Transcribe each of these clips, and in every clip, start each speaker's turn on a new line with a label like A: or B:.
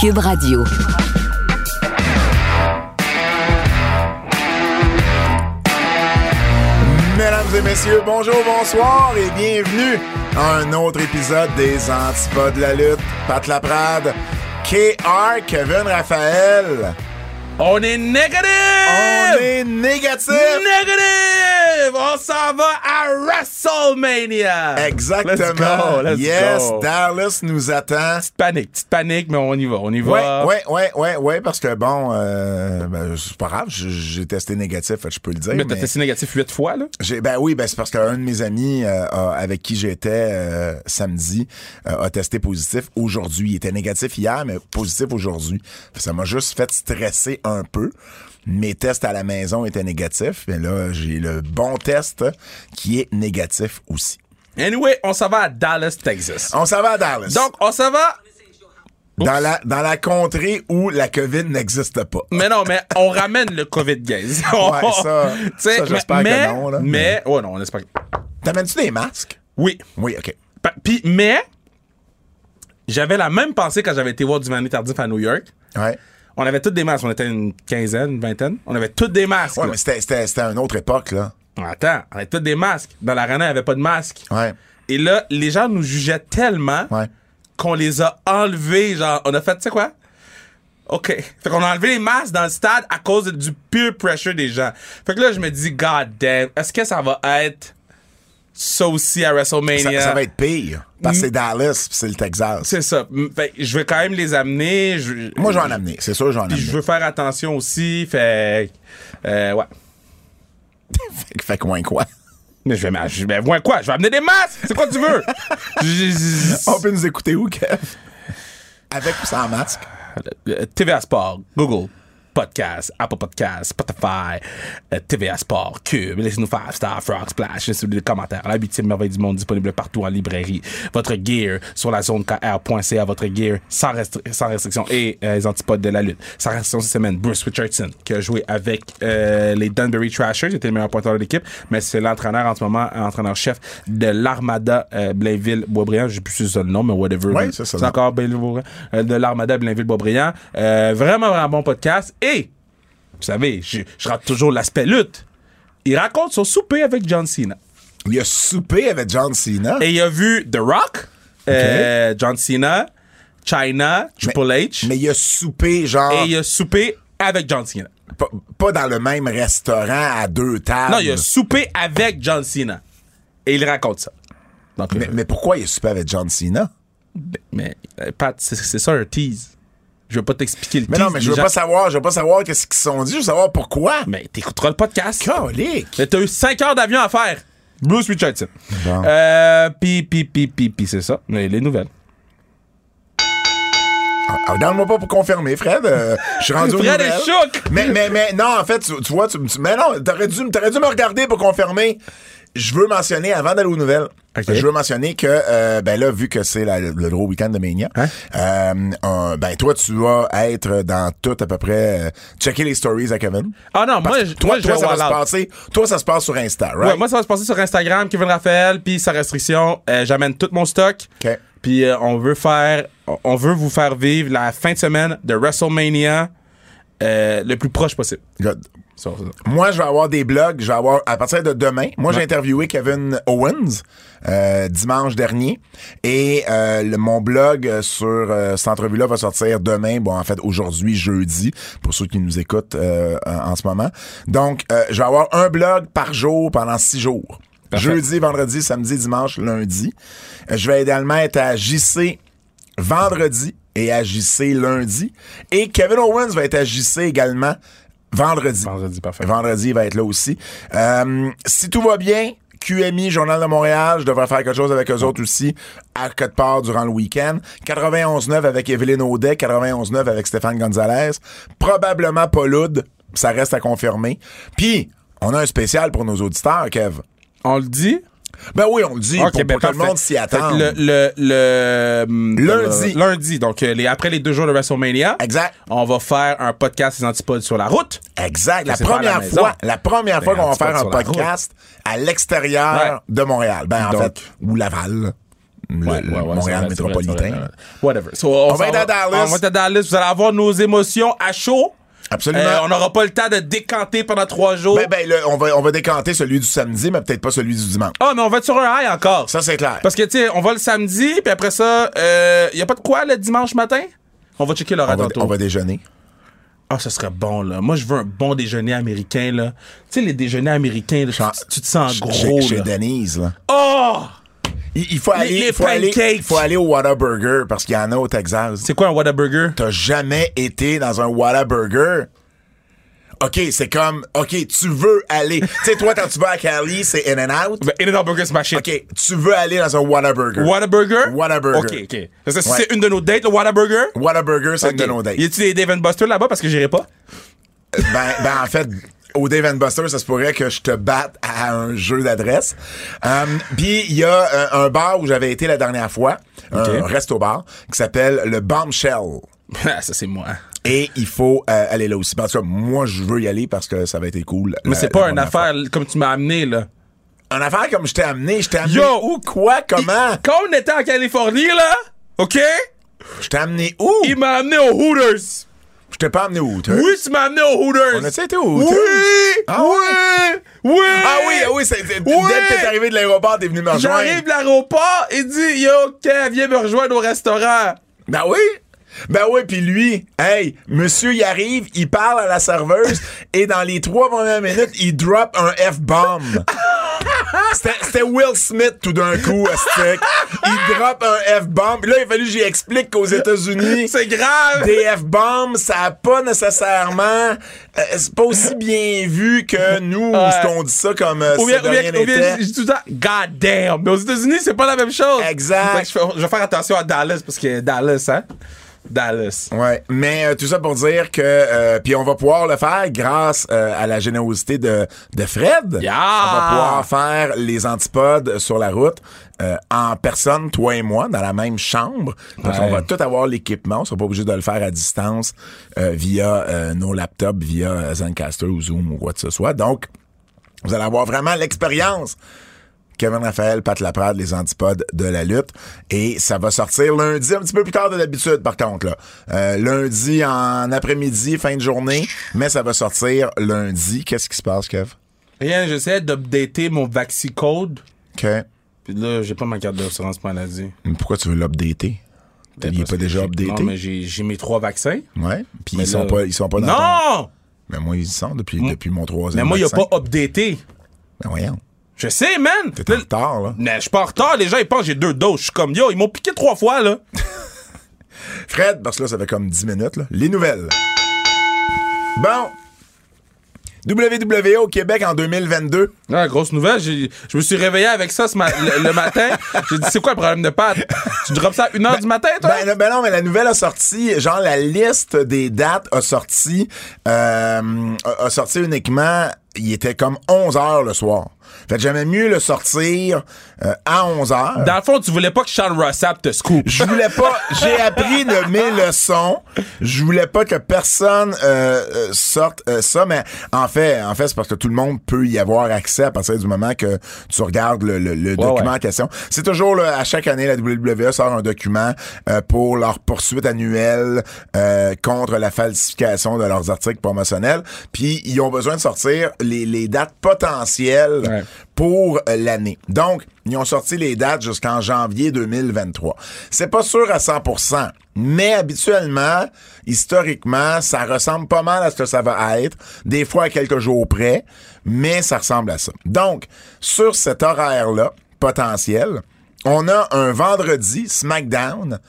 A: Cube Radio.
B: Mesdames et messieurs, bonjour, bonsoir et bienvenue à un autre épisode des Antipodes de la lutte. Pat Laprade, KR, Kevin Raphaël.
C: On est négatif!
B: On est négatif!
C: Négatif! On s'en va à WrestleMania!
B: Exactement.
C: Let's go, let's
B: yes,
C: go.
B: Dallas nous attend.
C: Petite panique, petite panique, mais on y va, on y
B: Ouais,
C: va.
B: ouais, ouais, ouais, ouais, parce que bon, euh, ben, c'est pas grave, j- j'ai testé négatif, fait que je peux le dire.
C: Mais t'as
B: mais-
C: testé négatif huit fois, là?
B: J'ai- ben oui, ben c'est parce qu'un de mes amis euh, a- avec qui j'étais euh, samedi euh, a testé positif aujourd'hui. Il était négatif hier, mais positif aujourd'hui. Ça m'a juste fait stresser un peu. Mes tests à la maison étaient négatifs, mais là, j'ai le bon test qui est négatif aussi.
C: Anyway, on s'en va à Dallas, Texas.
B: On s'en va à Dallas.
C: Donc, on s'en va,
B: dans la, dans la contrée où la COVID n'existe pas.
C: mais non, mais on ramène le COVID-15.
B: Ouais, ça-
C: Tu sais,
B: ça, j'espère que
C: mais,
B: non, là. Mm.
C: Mais, ouais, non, on espère que...
B: T'amènes-tu des masques?
C: Oui.
B: Oui, OK.
C: Pa- Puis, mais, j'avais la même pensée quand j'avais été voir du Mané Tardif à New York.
B: Ouais.
C: On avait toutes des masques. On était une quinzaine, une vingtaine. On avait toutes des masques.
B: Ouais,
C: là.
B: mais c'était, c'était, c'était une autre époque, là.
C: Attends, on avait tous des masques. Dans l'arena, il n'y avait pas de masque.
B: Ouais.
C: Et là, les gens nous jugeaient tellement
B: Ouais.
C: qu'on les a enlevés. Genre, on a fait, tu sais quoi? OK. Fait qu'on a enlevé les masques dans le stade à cause du peer pressure des gens. Fait que là, je me dis, God damn, est-ce que ça va être ça aussi à
B: Ça,
C: WrestleMania?
B: ça va être pire. Parce que c'est Dallas, puis c'est le Texas.
C: euh, C'est ça. M- Fait que je vais quand même les amener. Je-
B: Moi, j'en ai amené. C'est sûr, j'en ai
C: Puis
B: amené.
C: je veux faire attention aussi. Fait. Euh, ouais.
B: Fait, que- fait que moins quoi.
C: Mais je vais m'a- je vais voir quoi? Je vais amener des masques! C'est quoi tu veux? J- j-
B: On peut nous écouter où, Kev? Avec ou sans masque?
C: Euh, TVA Sport, Google, Podcast, Apple Podcast, Spotify, euh, TVA Sport, Cube, laissez-nous 5 Star, Frog Splash, laissez-nous des commentaires. La huitième merveille du monde disponible partout en librairie. Votre gear sur la zone KR.ca, votre gear sans, restri- sans restriction et euh, les antipodes de la lutte. Sans restriction cette semaine, Bruce Richardson, qui a joué avec euh, les Danbury Trashers, il était le meilleur pointeur de l'équipe, mais c'est l'entraîneur en ce moment, euh, entraîneur-chef de l'Armada euh, Blainville-Boisbriand. Je sais plus si c'est ça le nom, mais whatever.
B: Ouais, c'est ça.
C: C'est encore Blainville-Boisbriand, euh, de l'Armada Blainville-Boisbriand. Euh, vraiment, vraiment bon podcast. Et, vous savez, je, je rate toujours l'aspect lutte. Il raconte son souper avec John Cena.
B: Il a soupé avec John Cena.
C: Et il a vu The Rock, euh, John Cena, China, Triple H.
B: Mais il a soupé, genre,
C: et il a soupé avec John Cena.
B: pas, pas dans le même restaurant à deux tables.
C: Non, il a soupé avec John Cena. Et il raconte ça. Donc, euh,
B: mais, mais pourquoi il a soupé avec John Cena?
C: mais, euh, Pat, c'est- c'est ça un tease. Je veux pas t'expliquer le
B: Mais
C: tease.
B: non, mais je
C: les
B: veux
C: gens-
B: pas savoir, je veux pas savoir qu'est-ce qu'ils se sont dit, je veux savoir pourquoi.
C: Mais t'écouteras le podcast.
B: Colique!
C: Mais T'as eu 5 heures d'avion à faire. Bruce Richardson.
B: Bon.
C: Euh, puis, puis, puis, puis, puis, c'est ça. Mais Les nouvelles.
B: Ah, Regarde-moi pas pour confirmer, Fred. euh, je suis rendu au
C: Fred est choc.
B: Mais, mais, mais, non, en fait, tu, tu vois, tu, tu- mais non, t'aurais dû, t'aurais dû me regarder pour confirmer. Je veux mentionner, avant d'aller aux nouvelles,
C: Ok.
B: je veux mentionner que, euh, ben là, vu que c'est la- le gros week-end de Mania,
C: Hein?
B: euh, euh, ben toi, tu vas être dans tout à peu près, euh, checker les stories à Kevin.
C: Ah non, moi, je-
B: Toi,
C: moi, je
B: toi,
C: vais
B: ça va
C: all
B: se
C: out.
B: passer, toi, ça se passe sur Insta, right?
C: Ouais, moi, ça va se passer sur Instagram, Kevin Raphaël, puis sa restriction. Euh, J'amène tout mon stock.
B: OK.
C: Puis euh, on veut faire, on- on veut vous faire vivre la fin de semaine de WrestleMania euh, le plus proche possible.
B: Good.
C: Ça, ça.
B: Moi, je vais avoir des blogs. Je vais avoir à partir de demain. Moi, j'ai interviewé Kevin Owens euh, dimanche dernier et euh, le- mon blog euh, sur euh, cette entrevue-là va sortir demain. Bon, en fait, aujourd'hui, jeudi, pour ceux qui nous écoutent euh, en en ce moment. Donc, euh, je vais avoir un blog par jour pendant six jours.
C: Parfait.
B: Jeudi, vendredi, samedi, dimanche, lundi. Euh, Je vais également être à JC vendredi et à JC lundi. Et Kevin Owens va être à JC également vendredi.
C: Vendredi, parfait.
B: Vendredi, il va être là aussi. Euh, si tout va bien, QMI, Journal de Montréal, je devrais faire quelque chose avec eux autres aussi, à quelque part durant le week-end. 91.9 avec Evelyne Audet, 91.9 avec Stéphane Gonzalez. Probablement Pauloud, ça reste à confirmer. Puis, on a un spécial pour nos auditeurs, Kev.
C: On le dit?
B: Ben oui, on le dit,
C: Ok,
B: pour,
C: ben
B: pour que le
C: parfait.
B: monde s'y attend.
C: Fait que Le, le, le-
B: Lundi.
C: le- lundi, donc euh, les, après les deux jours de WrestleMania.
B: Exact.
C: On va faire un podcast Les Antipodes sur la route.
B: Exact. La
C: c'est pas à la
B: première,
C: maison.
B: fois, la première
C: Ben,
B: fois qu'on va
C: tu
B: faire
C: passes
B: un
C: sur la
B: podcast à l'extérieur de Montréal. Ben, en
C: Donc.
B: fait, ou Laval. Le-
C: Ouais,
B: le
C: ouais, ouais, c'est
B: Montréal
C: vrai, c'est vrai, c'est vrai,
B: métropolitain.
C: c'est vrai. Whatever. So, on,
B: va
C: s'en
B: être à Dallas.
C: On va être à Dallas. Vous allez avoir nos émotions à chaud.
B: Absolument.
C: Euh, on n'aura pas le temps de décanter pendant trois jours.
B: Ben, ben, là, on va, on va décanter celui du samedi, mais peut-être pas celui du dimanche.
C: Ah, mais on va être sur un high encore.
B: Ça, c'est clair.
C: Parce que, tu sais, on va le samedi, puis après ça, il n'y a pas de quoi le dimanche matin? On va checker
B: on
C: l'horaire
B: va,
C: tantôt.
B: on va déjeuner.
C: Ah, ce serait bon, là. Moi, je veux un bon déjeuner américain, là. Tu sais, les déjeuners américains, là,
B: Chan-
C: tu, tu te sens
B: Ah. Chez-
C: gros,
B: Chez, chez
C: là.
B: Denise, là.
C: Oh!
B: Il, il faut
C: Les-
B: aller,
C: les
B: il faut aller,
C: pancakes.
B: il faut aller au Whataburger parce qu'il y en a au Texas.
C: C'est quoi un Whataburger?
B: T'as jamais été dans un Whataburger? OK, c'est comme, OK, tu veux aller. tu sais, toi, quand tu vas à Cali, c'est In-N-Out.
C: Ben, In-N-Out Burger, c'est ma shit.
B: OK, tu veux aller dans un Whataburger.
C: Whataburger?
B: Whataburger.
C: OK, OK. Parce que si
B: Ouais.
C: c'est une de nos dates, le Whataburger...
B: Whataburger, c'est une de
C: OK.
B: nos dates.
C: Y a-tu des Dave and Buster là-bas? Parce que j'irai pas.
B: Ben, ben, en fait, au Dave and Buster, ça se pourrait que je te batte à un jeu d'adresse. Um, Puis, il y a euh, un bar où j'avais été la dernière fois, un resto-bar, qui s'appelle le Bombshell.
C: Ah, ça, c'est moi.
B: Et il faut euh, aller là aussi. En tout cas, moi, je veux y aller parce que ça va être cool.
C: Mais c'est pas une affaire comme tu m'as amené, là.
B: Une affaire comme je t'ai amené. Je t'ai amené
C: Yo!
B: où, quoi, comment?
C: Quand on était en Californie, là, OK?
B: Je t'ai amené où?
C: Il m'a amené au Hooters.
B: Je t'ai pas amené où, toi?
C: Oui, tu m'as amené au Hooters.
B: On a-tu été au Hooters?
C: Oui!
B: Ah
C: oui! Oui!
B: Ah oui, ah oui, c'est, c'est-
C: Oui!
B: dès que t'es arrivé de l'aéroport, t'es venu me rejoindre.
C: J'arrive de l'aéroport, il dit Yo, Kev, viens me rejoindre au restaurant.
B: Ben oui! Ben oui, puis lui, hey, monsieur, il arrive, il parle à la serveuse et dans les trois premières minutes, il drop un F-bomb. C'était c'était Will Smith tout d'un coup, à stick. Il drop un F-bomb. Là, il a fallu que j'y explique qu'aux États-Unis,
C: C'est grave!
B: des F-bombs, ça a pas nécessairement... euh, c'est pas aussi bien vu que nous,
C: Ouais.
B: ce qu'on dit ça comme euh,
C: Ou
B: si
C: bien,
B: de
C: ou bien-
B: rien
C: ou bien
B: n'était.
C: je dis tout le temps, God damn! Mais aux États-Unis, c'est pas la même chose.
B: Exact.
C: Fait que je, fais- je vais faire attention à Dallas parce que Dallas, hein? Dallas.
B: Ouais, mais euh, tout ça pour dire que euh, puis on va pouvoir le faire grâce euh, à la générosité de, de Fred.
C: Yeah!
B: On va pouvoir faire les antipodes sur la route euh, en personne, toi et moi, dans la même chambre. Parce
C: Ouais.
B: qu'on va tout avoir l'équipement, on sera pas obligé de le faire à distance euh, via euh, nos laptops, via euh, Zencaster ou Zoom ou quoi que ce soit. Donc, vous allez avoir vraiment l'expérience. Kevin Raphaël, Pat Laprade, les antipodes de la lutte. Et ça va sortir lundi, un petit peu plus tard de l'habitude, par contre. Là. Euh, lundi en après-midi, fin de journée, mais ça va sortir lundi. Qu'est-ce qui se passe, Kev?
C: Rien, j'essaie d'updater mon VaxiCode.
B: OK.
C: Puis là, j'ai pas ma carte d'assurance maladie.
B: Mais pourquoi tu veux l'updater? Il est
C: Ben, Parce
B: pas
C: que
B: déjà
C: j'ai- Non,
B: updaté?
C: mais j'ai j'ai mes trois vaccins.
B: Ouais. Puis
C: Mais
B: ils sont
C: là-
B: pas, ils sont pas dans ton-
C: Non!
B: Mais moi, ils y sont depuis, depuis mon troisième
C: Mais moi, il a
B: vaccin.
C: pas updaté.
B: Ben voyons,
C: Je sais, man!
B: t'es en retard, là.
C: Mais je suis pas en retard, les gens ils pensent que j'ai deux doses. Je suis comme yo, ils m'ont piqué trois fois là.
B: Fred, parce que là, ça fait comme 10 minutes, là. les nouvelles. Bon. WWE au Québec en 2022.
C: Ah, grosse nouvelle, j'ai- je me suis réveillé avec ça ce ma- le, le matin. J'ai dit c'est quoi le problème de pâte? Tu drops ça à 1h du matin toi?
B: Ben, ben non, mais la nouvelle a sorti, genre la liste des dates a sorti, euh, a, a sorti uniquement, il était comme 11 heures le soir. Fait que j'aimais mieux le sortir euh, à 11 heures.
C: Dans le fond, tu voulais pas que Sean Rossap te scoop.
B: Je voulais pas. J'ai appris de mes leçons. Je voulais pas que personne euh, euh, sorte euh, ça, mais en fait, en fait, c'est parce que tout le monde peut y avoir accès à partir du moment que tu regardes le, le- le document
C: ouais.
B: en question. C'est toujours là, à chaque année la WWE sort un document euh, pour leur poursuite annuelle euh, contre la falsification de leurs articles promotionnels. Puis ils ont besoin de sortir les, les dates potentielles
C: Ouais.
B: pour euh, l'année. Donc, ils ont sorti les dates jusqu'en janvier 2023. C'est pas sûr à 100%, mais habituellement, historiquement, ça ressemble pas mal à ce que ça va être, des fois à quelques jours près, mais ça ressemble à ça. Donc, sur cet horaire-là, potentiel, on a un vendredi SmackDown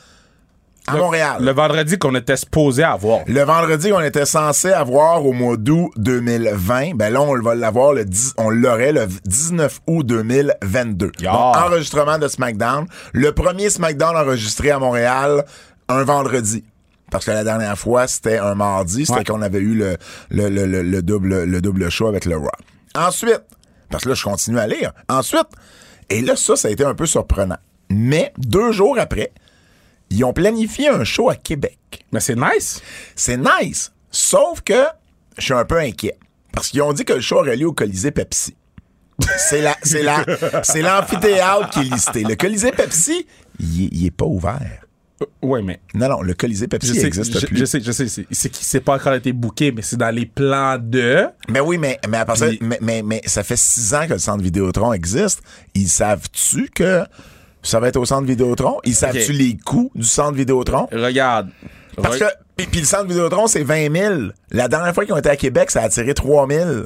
B: à Montréal.
C: Le vendredi qu'on était supposé avoir.
B: Le vendredi, on était censé avoir au mois d'août 2020. Ben là, on va l'avoir le 10 on l'aurait le 19 août 2022.
C: Yeah.
B: Donc, enregistrement de SmackDown. Le premier SmackDown enregistré à Montréal un vendredi. Parce que la dernière fois, c'était un mardi. C'était
C: Ouais.
B: qu'on avait eu le, le, le- le- le double, le double show avec le Raw. Ensuite, parce que là, je continue à lire. Ensuite, et là, ça, ça a été un peu surprenant. Mais deux jours après, ils ont planifié un show à Québec.
C: Mais c'est nice.
B: C'est nice. Sauf que je suis un peu inquiet. Parce qu'ils ont dit que le show aurait lieu au Colisée Pepsi. C'est la, c'est la, c'est l'amphithéâtre qui est listé. Le Colisée Pepsi, il est- il est pas ouvert.
C: Euh, Ouais, mais
B: Non, non, le Colisée
C: je
B: Pepsi
C: sais,
B: n'existe
C: je,
B: plus.
C: je sais, je sais, c'est c'est qui s'est pas encore été booké, mais c'est dans les plans de.
B: Mais oui, mais, mais, à partir-
C: Puis-
B: mais, mais, mais ça fait six ans que le centre Vidéotron existe. Ils savent-tu que ça va être au centre Vidéotron? Ils savent-tu
C: Ok.
B: les coûts du centre Vidéotron?
C: Regarde.
B: Parce
C: Re-
B: que, puis, puis le centre Vidéotron, c'est 20 000. La dernière fois qu'ils ont été à Québec, ça a attiré 3 000.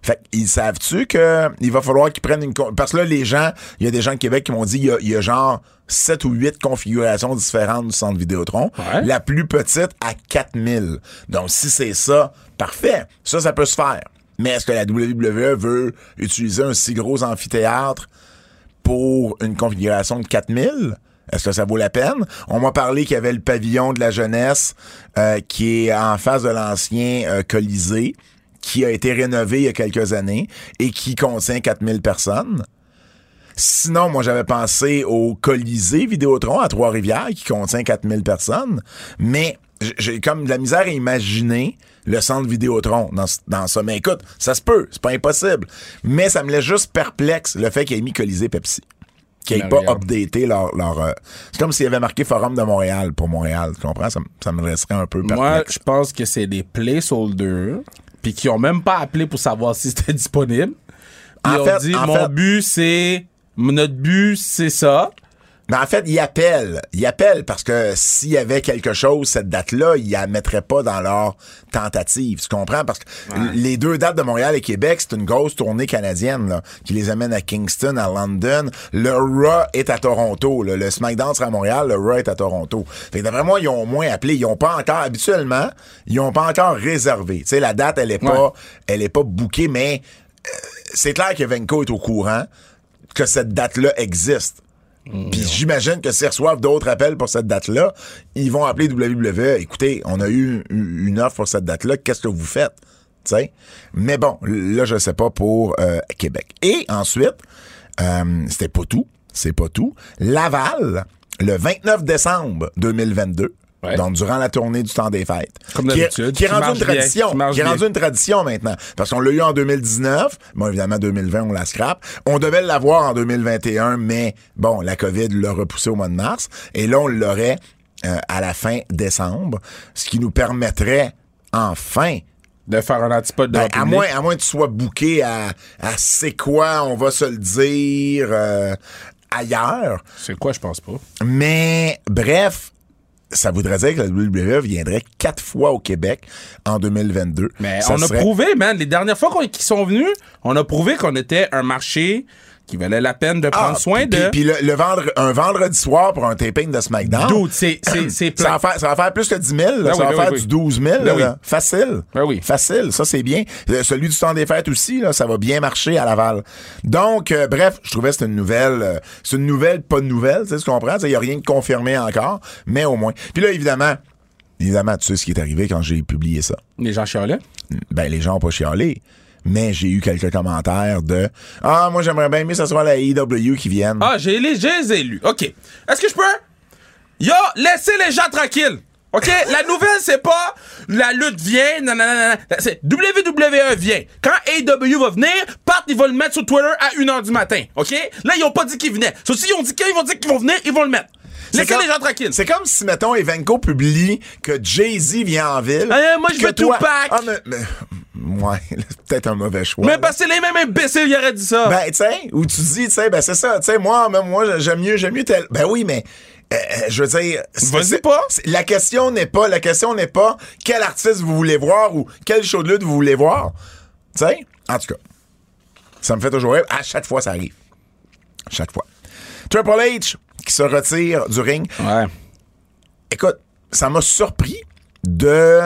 B: Fait qu'ils savent-tu que il va falloir qu'ils prennent une. con- Parce que là, les gens, il y a des gens de Québec qui m'ont dit il y a- il y, a genre 7 ou 8 configurations différentes du centre Vidéotron.
C: Ouais.
B: La plus petite à 4000. Donc, si c'est ça, parfait. Ça, ça peut se faire. Mais est-ce que la WWE veut utiliser un si gros amphithéâtre pour une configuration de 4000? Est-ce que ça vaut la peine? On m'a parlé qu'il y avait le pavillon de la jeunesse euh, qui est en face de l'ancien euh, Colisée, qui a été rénové il y a quelques années et qui contient 4000 personnes. Sinon, moi, j'avais pensé au Colisée Vidéotron à Trois-Rivières qui contient 4000 personnes. Mais j- j'ai comme de la misère à imaginer le centre Vidéotron dans, ce- dans ça. Mais écoute, ça se peut, c'est pas impossible. Mais ça me laisse juste perplexe le fait qu'il ait mis Colisée Pepsi. Qu'ils n'aient
C: Ben,
B: pas
C: regarde.
B: updaté leur. leur, euh, c'est comme s'il y avait marqué Forum de Montréal pour Montréal. Tu comprends? Ça, me- ça me laisserait un peu
C: Moi,
B: perplexe.
C: je pense que c'est des placeholders, puis qui ont même pas appelé pour savoir si c'était disponible. Puis
B: En
C: Ils ont
B: fait-
C: dit,
B: en
C: mon
B: fait-
C: but, c'est... Notre but, c'est ça.
B: Mais en fait, ils appellent. Ils appellent parce que s'il y avait quelque chose, cette date-là, ils la mettraient pas dans leur tentative. Tu comprends? Parce que les deux dates de Montréal et Québec, c'est une grosse tournée canadienne là, qui les amène à Kingston, à London. Le Raw est à Toronto. là. Le SmackDown sera à Montréal, le Raw est à Toronto. Fait que d'après moi, ils ont au moins appelé. Ils ont pas encore, habituellement, ils ont pas encore réservé. Tu sais, la date, elle est pas,
C: Ouais.
B: elle est pas bookée, mais euh, c'est clair que Venko est au courant que cette date-là existe. Puis j'imagine que s'ils reçoivent d'autres appels pour cette date-là, ils vont appeler WWE. Écoutez, on a eu u- une offre pour cette date-là, qu'est-ce que vous faites? Tu sais? Mais bon, là, je sais pas pour euh, Québec. Et ensuite, euh, c'était pas tout, c'est pas tout. Laval, le 29 décembre 2022,
C: Ouais.
B: donc durant la tournée du temps des fêtes,
C: Comme
B: qui,
C: d'habitude,
B: qui est
C: qui
B: rendu
C: marche
B: une
C: bien,
B: tradition,
C: qui marche
B: qui est rendu
C: bien.
B: une tradition maintenant. Parce qu'on l'a eu en 2019. Bon, évidemment, 2020, on la scrape. On devait l'avoir en 2021, mais bon, la COVID l'a repoussé au mois de mars. Et là, on l'aurait euh, à la fin décembre, ce qui nous permettrait enfin
C: De faire un antipode de
B: ben,
C: leur
B: à,
C: public.
B: moins, à moins que tu sois booké à, à c'est quoi, on va se le dire euh, ailleurs.
C: C'est quoi, je pense pas.
B: Mais bref, ça voudrait dire que la WWE viendrait quatre fois au Québec en 2022.
C: Mais
B: Ça
C: on a
B: serait-
C: prouvé, man, les dernières fois qu'on- qu'ils sont venus, on a prouvé qu'on était un marché qui valait la peine de prendre
B: Ah,
C: soin
B: puis-
C: de.
B: Puis, puis le, le vendre, un vendredi soir pour un taping de SmackDown.
C: Dude, c'est- c'est c'est
B: Ça
C: plein.
B: va, faire, ça va faire plus que 10 000, là.
C: Ben
B: ça
C: oui,
B: va
C: ben
B: faire
C: oui, oui.
B: du 12 000.
C: Ben
B: là.
C: oui.
B: Facile.
C: Ben oui.
B: Facile, ça c'est bien. Euh, celui du temps des fêtes aussi, là, ça va bien marcher à Laval. Donc, euh, bref, je trouvais que c'était une nouvelle. euh, c'est une nouvelle, pas de nouvelle, tu sais, tu comprends? Il n'y a rien de confirmé encore, mais au moins. Puis là, évidemment, évidemment, tu sais ce qui est arrivé quand j'ai publié ça
C: Les gens chialaient.
B: ben les gens ont pas chialé. Mais j'ai eu quelques commentaires de Ah, moi j'aimerais bien mieux que ce soit la IW qui vienne.
C: Ah, j'ai les, j'ai les élus. OK. Est-ce que je peux? Yo, laissez les gens tranquilles. OK? La nouvelle, c'est pas la lutte vient, nanana, nanana. C'est WWE vient. Quand AW va venir, Pat, ils vont le mettre sur Twitter à 1h du matin. OK? Là, ils ont pas dit qu'ils venaient. Sauf s'ils ont dit qu'ils vont dire qu'ils vont venir, ils vont le mettre.
B: C'est
C: Laissez
B: comme-
C: les gens tranquilles.
B: C'est comme si, mettons, Evenco publie que Jay-Z vient en ville.
C: Eh, moi, je
B: puis que
C: veux
B: toi-
C: Tupac.
B: Ah, mais, mais- ouais, c'est peut-être un mauvais choix.
C: Mais
B: là.
C: parce que c'est les mêmes imbéciles qui auraient dit ça.
B: Ben, tu sais, où tu dis, tu sais, ben c'est ça, tu sais, moi, même moi, j'aime mieux, j'aime mieux tel. Ben oui, mais. euh, euh, je veux dire, c'est-
C: Vas-y
B: c'est-
C: pas.
B: c'est- La question n'est pas, la question n'est pas quel artiste vous voulez voir ou quel show de lutte vous voulez voir. Tu sais, en tout cas, ça me fait toujours rire. À chaque fois, ça arrive. À chaque fois. Triple H qui se retire du ring.
C: ouais.
B: écoute, ça m'a surpris de.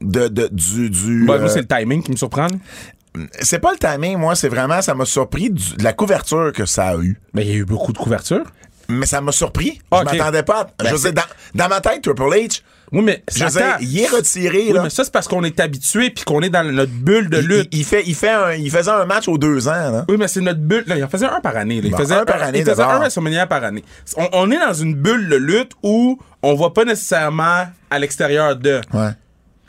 B: de, de- du. du
C: Bah,
B: euh,
C: moi, c'est le timing qui me surprend. là.
B: c'est pas le timing, moi, c'est vraiment, ça m'a surpris du- de la couverture que ça a eu.
C: Ben, il y a eu beaucoup de couverture.
B: Mais ça m'a surpris.
C: Ah,
B: Je
C: ok.
B: m'attendais pas. à-
C: Ben,
B: je sais, dans, dans ma tête, Triple H,
C: Oui, mais
B: je sais,
C: attends.
B: il est retiré,
C: Oui,
B: là.
C: mais ça, c'est parce qu'on est habitué puis qu'on est dans notre bulle de
B: Il-
C: lutte.
B: Il, il fait, il, fait un- il faisait un match aux deux ans, là.
C: Oui, mais c'est notre bulle. Là, il en faisait un par année. là. Il
B: Bon,
C: faisait
B: un par année
C: Il faisait
B: d'abord.
C: un WrestleMania par année. On, on est dans une bulle de lutte où on voit pas nécessairement à l'extérieur de.
B: Ouais.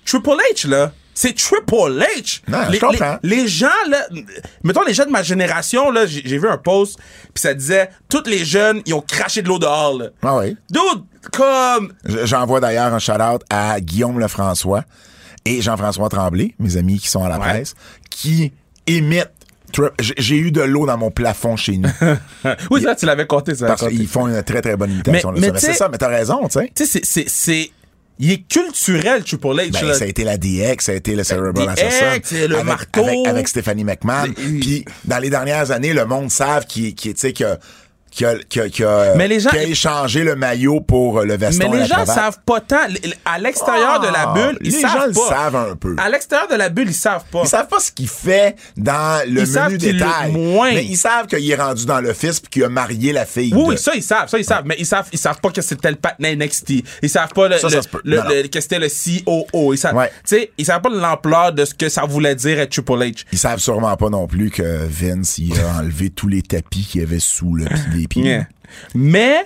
C: Triple H, là. C'est Triple H.
B: Non, je
C: les,
B: comprends.
C: les- les gens, là. Mettons, les gens de ma génération, là, j'ai j'ai vu un post, puis ça disait Toutes les jeunes, ils ont craché de l'eau dehors, là.
B: Ah oui.
C: Dude, comme.
B: Je- J'envoie d'ailleurs un shout-out à Guillaume Lefrançois et Jean-François Tremblay, mes amis qui sont à la
C: Ouais.
B: presse, qui imitent. Tri- J'ai j'ai eu de l'eau dans mon plafond chez nous.
C: Oui, ça, tu l'avais compté, ça.
B: parce
C: compté.
B: qu'ils font une très, très bonne imitation.
C: Mais-
B: de
C: mais
B: ça. Mais
C: tu
B: c'est
C: sais-
B: ça, mais t'as raison, tu sais.
C: Tu sais, c'est- c'est. c'est- Il est culturel, Triple H,
B: Ben,
C: là.
B: ça a été la DX, ça a
C: Ben,
B: été le Cerebral
C: DX,
B: Assassin.
C: c'est le
B: avec,
C: marteau.
B: Avec, avec Stephanie McMahon. Puis, dans les dernières années, le monde savent qui, qui, tu sais, qui a, qui a, qui a, qui a-
C: Mais les gens-
B: qui a échangé le maillot pour euh, le veston.
C: Mais
B: et
C: les
B: la
C: gens
B: cravate.
C: savent pas tant. L- l- À l'extérieur de la
B: Ah,
C: bulle, ils
B: les
C: savent
B: gens
C: pas.
B: le savent un peu.
C: À l'extérieur de la bulle, ils savent pas.
B: Ils savent pas ce qu'il fait dans le
C: Ils savent
B: menu
C: qu'il
B: détail.
C: le- moins.
B: Mais ils savent qu'il est rendu dans l'office puis qu'il a marié la fille.
C: Oui,
B: de-
C: oui, ça, ils savent, ça, ils savent. Mais ils savent, ils savent pas que c'était le patin NXT. Ils savent pas le,
B: Ça, ça
C: le-
B: se peut.
C: le-
B: Non, non.
C: le- que c'était le COO. Ils savent,
B: Ouais.
C: tu sais, ils savent pas l'ampleur de ce que ça voulait dire être Triple H.
B: Ils savent sûrement pas non plus que Vince, il a enlevé tous les tapis qu'il y avait sous le pied des pieds.
C: Yeah. Mais,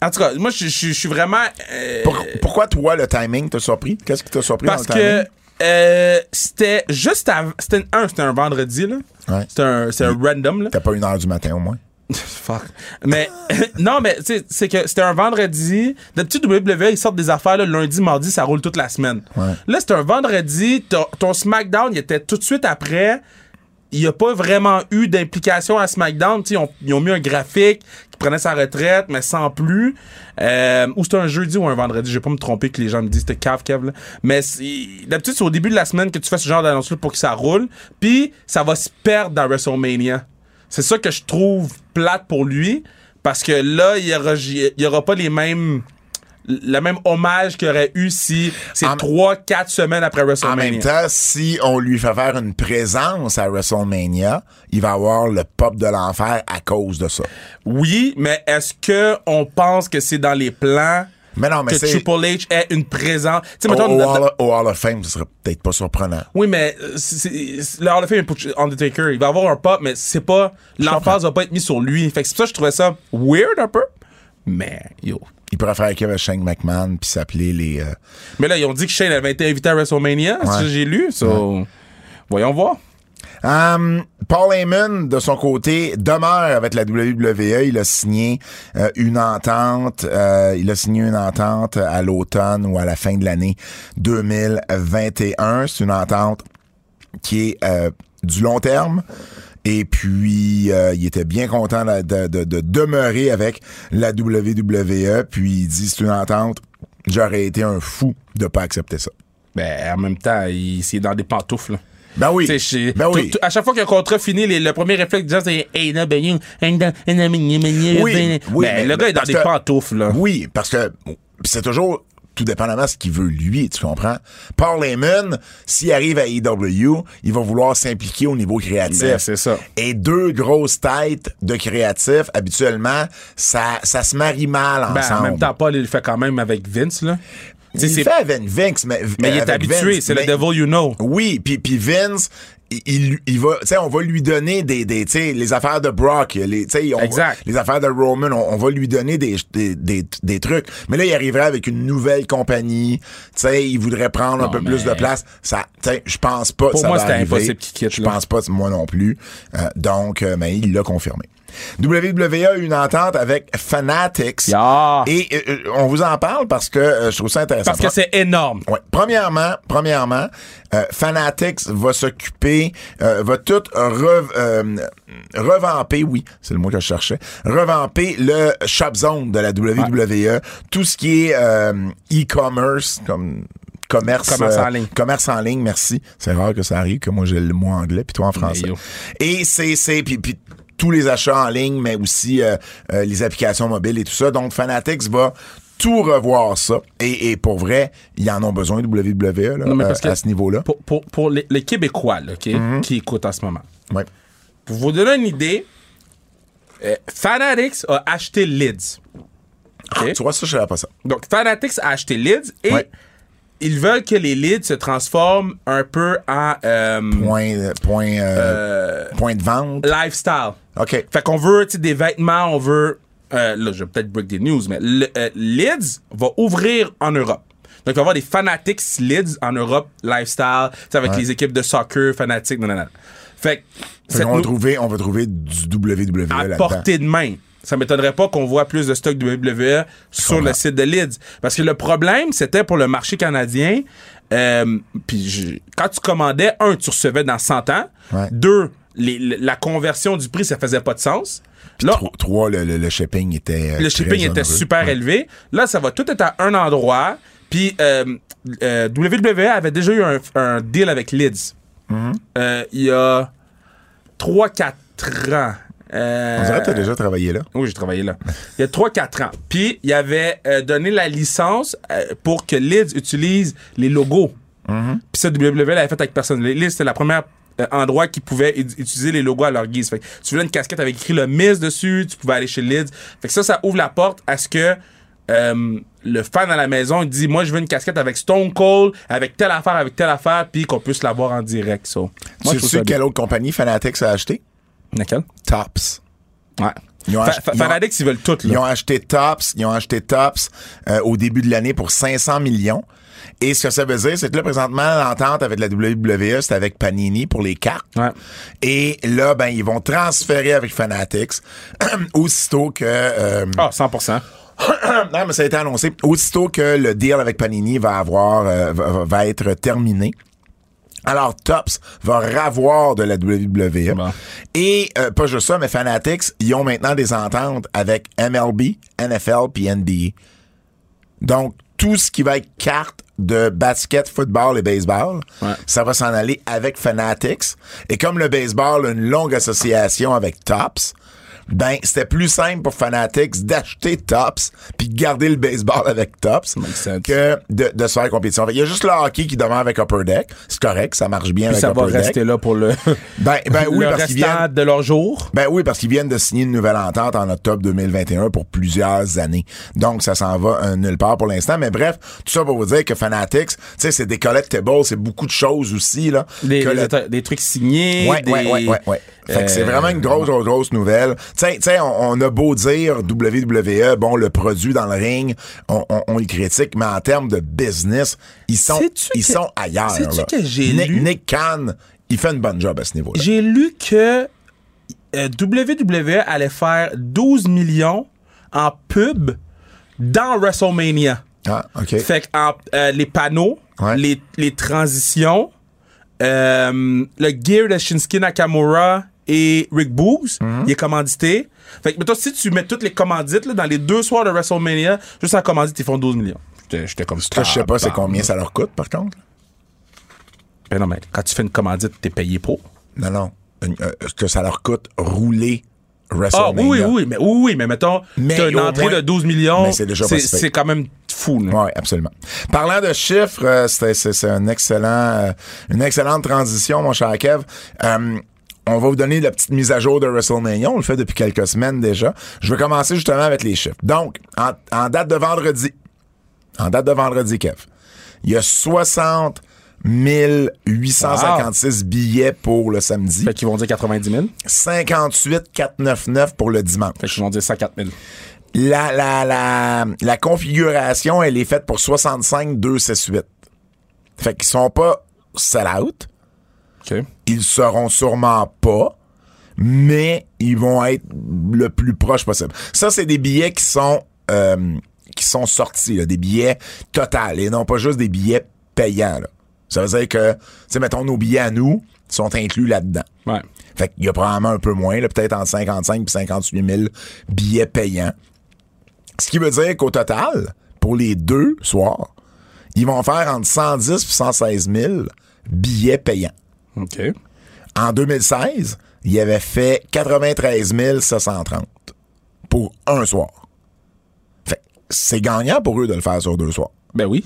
C: en tout cas, moi, je, je- je suis vraiment, euh,
B: Pour- pourquoi, toi, le timing t'a surpris? Qu'est-ce qui t'a surpris
C: parce
B: dans le timing?
C: que, euh, c'était juste avant, c'était un, c'était un vendredi, là.
B: Ouais. Mm.
C: C'était un, c'est un random, là.
B: T'as pas une heure du matin, au moins.
C: Fuck. Mais non, mais tu sais, c'est que c'était un vendredi. D'habitude, WWE, ils sortent des affaires là, lundi, mardi, ça roule toute la semaine.
B: Ouais.
C: Là, c'était un vendredi. Ton, ton SmackDown, il était tout de suite après. Il n'y a pas vraiment eu d'implication à SmackDown. Tu sais, Ils ont, ils ont mis un graphique qui prenait sa retraite, mais sans plus. Euh, ou c'était un jeudi ou un vendredi. Je vais pas me tromper que les gens me disent c'était cave, cave. Là. Mais c'est- d'habitude, c'est au début de la semaine que tu fais ce genre d'annonce-là pour que ça roule. Puis ça va se perdre dans WrestleMania. C'est ça que je trouve plate pour lui. Parce que là, il n'y aura, il y aura pas les mêmes. Le même hommage qu'il aurait eu si c'est
B: En-
C: 3-4 semaines après
B: En
C: WrestleMania.
B: même temps, si on lui fait faire une présence à WrestleMania, il va avoir le pop de l'enfer à cause de ça.
C: Oui, mais est-ce que on pense que c'est dans les plans
B: Mais non, mais
C: que
B: c'est-
C: Triple H ait une présence Tu sais,
B: Au,
C: mettons,
B: au
C: dans-
B: Hall, au Hall of Fame, ce serait peut-être pas surprenant.
C: oui, mais euh, c'est- c'est- le Hall of Fame est pour Undertaker, il va avoir un pop, mais c'est pas l'emphase va pas être mise sur lui. Fait que c'est pour ça que je trouvais ça weird un peu. Mais yo.
B: Il pourrait faire avec Shane McMahon puis s'appeler les. euh,
C: Mais là, ils ont dit que Shane avait été invité à WrestleMania, c'est
B: Ouais.
C: ça que j'ai lu. So, voyons voir.
B: Hum, Paul Heyman, de son côté, demeure avec la WWE. Il a signé euh, une entente. euh, il a signé une entente à l'automne ou à la fin de l'année 2021. C'est une entente qui est euh, du long terme. Et puis, euh, il était bien content là, de, de- de demeurer avec la WWE. Puis, il dit, c'est une entente. J'aurais été un fou de pas accepter ça.
C: Ben, en même temps, il, c'est dans des pantoufles. là.
B: Ben oui.
C: Tu sais, je-
B: Ben oui.
C: tout- tout- à chaque fois qu'un contrat finit, les- le premier réflexe des gens, c'est Hey, là, ben, you, and then- and then- and then-
B: Oui,
C: ben,
B: oui,
C: ben,
B: mais-
C: le gars est dans
B: parce
C: des
B: que-
C: pantoufles, là.
B: Oui, parce que c'est toujours tout dépendamment ce qu'il veut lui, tu comprends? Paul Heyman, s'il arrive à EW, il va vouloir s'impliquer au niveau créatif.
C: Ben, c'est ça.
B: Et deux grosses têtes de créatifs, habituellement, ça, ça se marie mal ensemble.
C: Ben, en même temps, Paul, il le fait quand même avec Vince, là. Tu sais,
B: il
C: c'est-
B: fait avec Vince, mais,
C: mais il est
B: avec
C: habitué,
B: Vince,
C: c'est
B: mais-
C: le devil you know.
B: oui, puis puis Vince, il, il, il va, tu sais, on va lui donner des, des tu sais, les affaires de Brock, les, tu sais, on-
C: Exact.
B: les affaires de Roman, on, on va lui donner des, des, des, des trucs. Mais là, il arriverait avec une nouvelle compagnie, tu sais, il voudrait prendre un
C: Non,
B: peu plus
C: mais-
B: de place. Ça, tu sais, je pense pas. que
C: Pour
B: ça
C: moi,
B: va
C: c'était
B: arriver.
C: impossible qu'il quitte,
B: Je
C: là.
B: pense pas, moi non plus. Euh, donc, euh, mais il l'a confirmé. WWE a eu une entente avec Fanatics.
C: Yeah.
B: Et euh, euh, on vous en parle parce que euh, je trouve ça intéressant.
C: Parce que c'est énorme.
B: Ouais. Premièrement, premièrement, euh, Fanatics va s'occuper, euh, va tout re- euh, revamper, oui, c'est le mot que je cherchais, revamper le shop zone de la WWE, tout ce qui est euh, e-commerce, comme commerce, euh,
C: Commerce en ligne.
B: commerce en ligne, merci. C'est rare que ça arrive que moi j'ai le mot anglais puis toi en français.
C: yo.
B: Et c'est c'est puis, puis tous les achats en ligne mais aussi euh, euh, les applications mobiles et tout ça. Donc Fanatics va tout revoir ça. Et, et pour vrai, ils en ont besoin, WWE, là,
C: Non, mais
B: euh,
C: parce que-
B: à ce niveau-là.
C: Pour, pour- pour les, les Québécois là, OK,
B: Mm-hmm.
C: qui écoutent en ce moment,
B: Ouais.
C: pour vous donner une idée, euh, Fanatics a acheté Lids. OK?
B: Tu vois, ça, je savais pas ça.
C: Donc, Fanatics a acheté Lids et
B: Ouais.
C: ils veulent que les Lids se transforment un peu en euh,
B: Point, euh, point, euh, point de vente.
C: lifestyle.
B: OK.
C: Fait qu'on veut tu sais, des vêtements, on veut. euh, là, je vais peut-être break des news, mais le, euh, Lids va ouvrir en Europe. Donc, il va y avoir des Fanatics Lids en Europe, lifestyle, tu sais, avec les équipes de soccer, Fanatics, non, non, non. Fait que. cette
B: on, va
C: nou-
B: trouver, on va trouver du WWE
C: à
B: là-dedans.
C: portée de main. Ça m'étonnerait pas qu'on voit plus de stock de WWE sur le site de Leeds. Parce que le problème, c'était pour le marché canadien. euh, puis je- quand tu commandais, un, tu recevais dans 100 ans.
B: Ouais.
C: Deux, les- le- la conversion du prix, ça faisait pas de sens. Là,
B: Tro- Trois, le, le- le shipping était. euh,
C: le
B: très
C: shipping était
B: onéreux.
C: super élevé. Là, ça va tout être à un endroit. Puis euh, euh, WWE avait déjà eu un, un deal avec Leeds.
B: Mm-hmm.
C: Euh, Il y a 3-4 ans. Euh,
B: On dirait que t'as déjà travaillé là.
C: oui, j'ai travaillé là. Il y a 3-4 ans. Puis, il avait euh, donné la licence euh, pour que Lids utilise les logos.
B: Mm-hmm.
C: Puis ça, WWE l'avait fait avec personne. Lids, c'était la première euh, endroit qui pouvait ut- utiliser les logos à leur guise. Fait que tu voulais une casquette avec écrit le Miz dessus, tu pouvais aller chez Lids. Fait que ça, ça ouvre la porte à ce que euh, le fan à la maison il dit « Moi, je veux une casquette avec Stone Cold, avec telle affaire, avec telle affaire, puis qu'on puisse l'avoir en direct. So, » Moi,
B: tu sais quelle autre compagnie Fanatics a acheté?
C: bien. Laquelle?
B: Tops.
C: Ouais.
B: Ils ont
C: Fa-
B: ach-
C: fa-
B: ils ont-
C: Fanatics, ils veulent tout, là.
B: Ils ont acheté Tops, ils ont acheté Tops euh, au début de l'année pour 500 millions. Et ce que ça veut dire, c'est que là, présentement, l'entente avec la WWE, c'est avec Panini pour les cartes.
C: Ouais.
B: Et là, ben, ils vont transférer avec Fanatics aussitôt que... euh,
C: Ah, 100%.
B: non, mais ça a été annoncé. Aussitôt que le deal avec Panini va avoir euh, va, va- va être terminé. Alors, Tops va ravoir de la WWE.
C: Bon.
B: Et euh, pas juste ça, mais Fanatics, ils ont maintenant des ententes avec MLB, NFL puis NBA. Donc, tout ce qui va être carte de basket, football et baseball,
C: Ouais.
B: ça va s'en aller avec Fanatics. Et comme le baseball a une longue association avec Tops, ben, c'était plus simple pour Fanatics d'acheter Tops puis de garder le baseball avec Tops
C: Makes sense.
B: que de, de se faire compétition. Fait, Il y a juste le hockey qui demeure avec Upper Deck. C'est correct, ça marche bien
C: Puis
B: avec
C: ça va
B: Upper Deck.
C: rester là pour le,
B: Ben, ben oui,
C: le
B: parce qu'ils
C: restant
B: viennent,
C: de leur jour.
B: ben oui, parce qu'ils viennent de signer une nouvelle entente en octobre 2021 pour plusieurs années. Donc, ça s'en va euh, nulle part pour l'instant. Mais bref, tout ça pour vous dire que Fanatics, tu sais, c'est des collectibles, c'est beaucoup de choses aussi, là.
C: Des,
B: que
C: des
B: le-
C: atta- des trucs signés.
B: Ouais,
C: des-
B: ouais, ouais, ouais, ouais. Fait que c'est
C: Euh,
B: vraiment une grosse, grosse, grosse nouvelle. Tu sais- tu sais, on, on a beau dire WWE, bon, le produit dans le ring, on, on- on le critique, mais en termes de business, ils sont,
C: Sais-tu
B: ils
C: que-
B: sont ailleurs.
C: sais-tu
B: là.
C: que j'ai
B: Nick,
C: lu-
B: Nick Khan, il fait une bonne job à ce niveau-là.
C: J'ai lu que euh, WWE allait faire 12 millions en pub dans WrestleMania.
B: Ah, OK.
C: Fait que en- euh, les panneaux,
B: Ouais.
C: les, les transitions, euh, le gear de Shinsuke Nakamura et Rick Boogs,
B: Mhm.
C: il est commandité. Fait que, mais toi, si tu mets toutes les commandites là, dans les deux soirs de WrestleMania, juste en commandite, ils font 12 millions. J'étais j'étais comme
B: Ça, je sais pas c'est combien ça leur coûte, par contre.
C: Ben non, mais quand tu fais une commandite, t'es payé pour.
B: Non, non. Une- euh, ce que ça leur coûte rouler
C: Ah
B: WrestleMania.
C: oui, oui, oui, mais oui, oui, mais mettons,
B: Mais
C: t'as une
B: au
C: entrée
B: moins-
C: de 12 millions,
B: Mais c'est déjà pas
C: c'est
B: si fait.
C: c'est quand même fou. là.
B: Oui, absolument. Parlant de chiffres, euh, c'est- c'est c'est un excellent, euh, une excellente transition, mon cher Kev. Euh, on va vous donner la petite mise à jour de WrestleMania. On le fait depuis quelques semaines déjà. Je vais commencer justement avec les chiffres. Donc, en, en date de vendredi, en date de vendredi, Kev, il y a 60 856 billets pour le samedi,
C: Fait qu'ils vont dire 90 000,
B: 58 499 pour le dimanche.
C: fait qu'ils vont dire 104 000.
B: La, la, la, la configuration, elle est faite pour 65 2 6 8. Fait qu'ils sont pas sell out.
C: OK.
B: Ils seront sûrement pas, mais ils vont être le plus proche possible. Ça, c'est des billets qui sont euh, qui sont sortis, là, des billets total et non pas juste des billets payants. là. Ça veut dire que, tu sais, mettons, nos billets à nous sont inclus là-dedans.
C: Ouais.
B: Fait qu'il y a probablement un peu moins, là, peut-être entre 55 et 58 000 billets payants. Ce qui veut dire qu'au total, pour les deux soirs, ils vont faire entre 110 et 116 000 billets payants.
C: OK.
B: En 2016, ils avaient fait 93 730 pour un soir. Fait que c'est gagnant pour eux de le faire sur deux soirs.
C: Ben oui.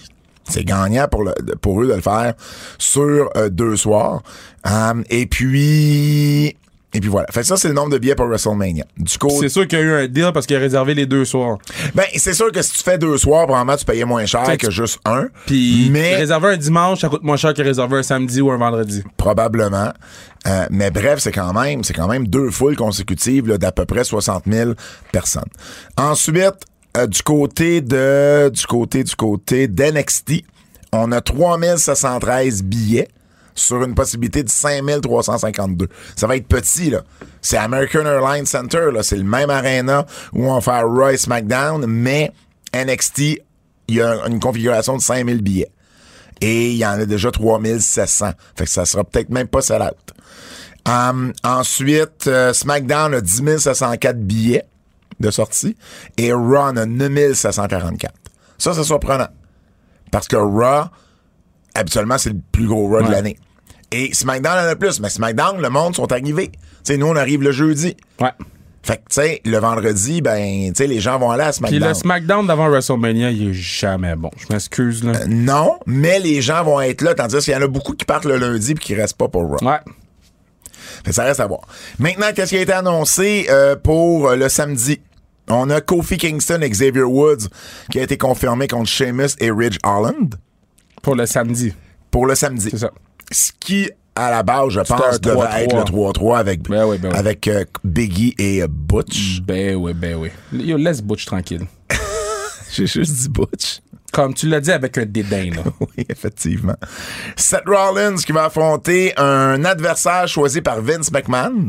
B: C'est gagnant pour, le, pour eux de le faire sur euh, deux soirs. Hum, et puis... Et puis voilà. Fait que ça, c'est le nombre de billets pour WrestleMania. Du coup,
C: C'est sûr qu'il y a eu un deal parce qu'il a réservé les deux soirs.
B: ben, c'est sûr que si tu fais deux soirs, probablement, tu payais moins cher
C: Fait
B: que
C: que-
B: juste un.
C: Puis
B: mais
C: réserver un dimanche, ça coûte moins cher que réserver un samedi ou un vendredi.
B: probablement. Euh, mais bref, c'est quand même, c'est quand même deux foules consécutives là, d'à peu près 60 000 personnes. Ensuite, euh, du côté de, du côté, du côté d'NXT, on a 3713 billets sur une possibilité de 5352. Ça va être petit, là. C'est American Airlines Center, là. C'est le même arena où on va faire Raw et SmackDown, mais NXT, il y a une configuration de 5000 billets. Et il y en a déjà 3700. Fait que ça sera peut-être même pas sell out. Hum, ensuite, euh, SmackDown a 10 704 billets de sortie et Raw en a 9 744. Ça, c'est surprenant. Parce que Raw, habituellement, c'est le plus gros Raw de
C: Ouais.
B: l'année. Et SmackDown en a plus. Mais SmackDown, le monde sont arrivés. Tu sais, nous, on arrive le jeudi.
C: Ouais.
B: Fait que, tu sais, le vendredi, ben, tu sais, les gens vont aller à
C: Puis
B: SmackDown.
C: le SmackDown d'avant WrestleMania, il est jamais bon. Je m'excuse, là.
B: Euh, Non, mais les gens vont être là, tandis qu'il y en a beaucoup qui partent le lundi puis qui restent pas pour Raw.
C: Ouais.
B: Fait que ça reste à voir. Maintenant, qu'est-ce qui a été annoncé euh, pour euh, le samedi? On a Kofi Kingston et Xavier Woods qui a été confirmé contre Sheamus et Ridge Holland
C: Pour le samedi.
B: pour le samedi.
C: C'est ça.
B: Ce qui, à la base, je pense,
C: un
B: devait
C: 3-3.
B: être le 3-3 avec,
C: Ben oui, ben oui.
B: avec euh, Biggie et euh, Butch.
C: Ben oui, ben oui. Yo, laisse Butch tranquille. Mm.
B: J'ai juste dit Butch.
C: Comme tu l'as dit avec un dédain, là.
B: Oui, effectivement. Seth Rollins qui va affronter un adversaire choisi par Vince McMahon.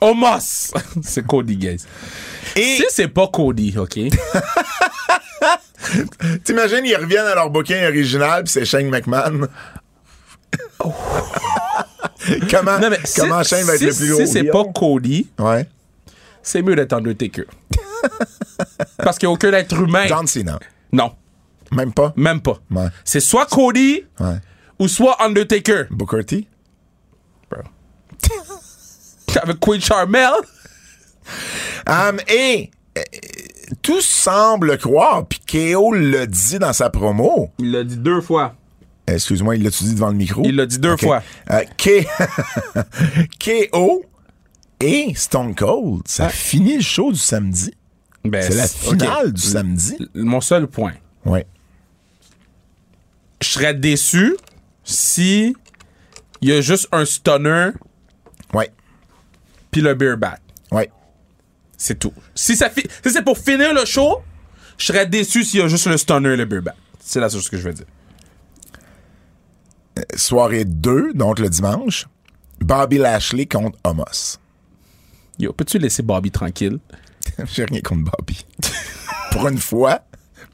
C: Omos! Oh, c'est Cody, guys.
B: Et
C: Si c'est pas Cody, OK?
B: t'imagines, ils reviennent à leur bouquin original, puis c'est Shane McMahon. comment
C: Oh. Non, mais si-
B: comment Shane va être
C: si-
B: le plus gros?
C: Si c'est pas Cody,
B: Ouais.
C: c'est mieux d'être Undertaker. Parce qu'il n'y a aucun être humain.
B: John Cena.
C: Non,
B: Même pas.
C: même pas.
B: Ouais.
C: C'est soit Cody
B: Ouais.
C: ou soit Undertaker.
B: Booker T.
C: Bro. Avec Queen Charmel.
B: Um, et euh, tout semble croire, puis KO le dit dans sa promo.
C: Il l'a dit deux fois.
B: Excuse-moi, il l'a-tu dit devant le micro?
C: Il l'a dit deux
B: Ok.
C: fois.
B: Euh, K- KO et Stone Cold,
C: Ah.
B: ça finit le show du samedi.
C: Ben,
B: C'est la
C: OK.
B: finale du samedi.
C: Mon seul point.
B: Oui.
C: Je serais déçu si il y a juste un stunner
B: Oui.
C: puis le beer bat.
B: Oui.
C: C'est tout. Si, ça fi- si c'est pour finir le show, je serais déçu s'il y a juste le stunner et le beer bat. C'est la seule chose que je veux dire.
B: Soirée 2, donc le dimanche, Bobby Lashley contre Homos.
C: Yo, peux-tu laisser Bobby tranquille?
B: J'ai rien contre Bobby. pour une fois,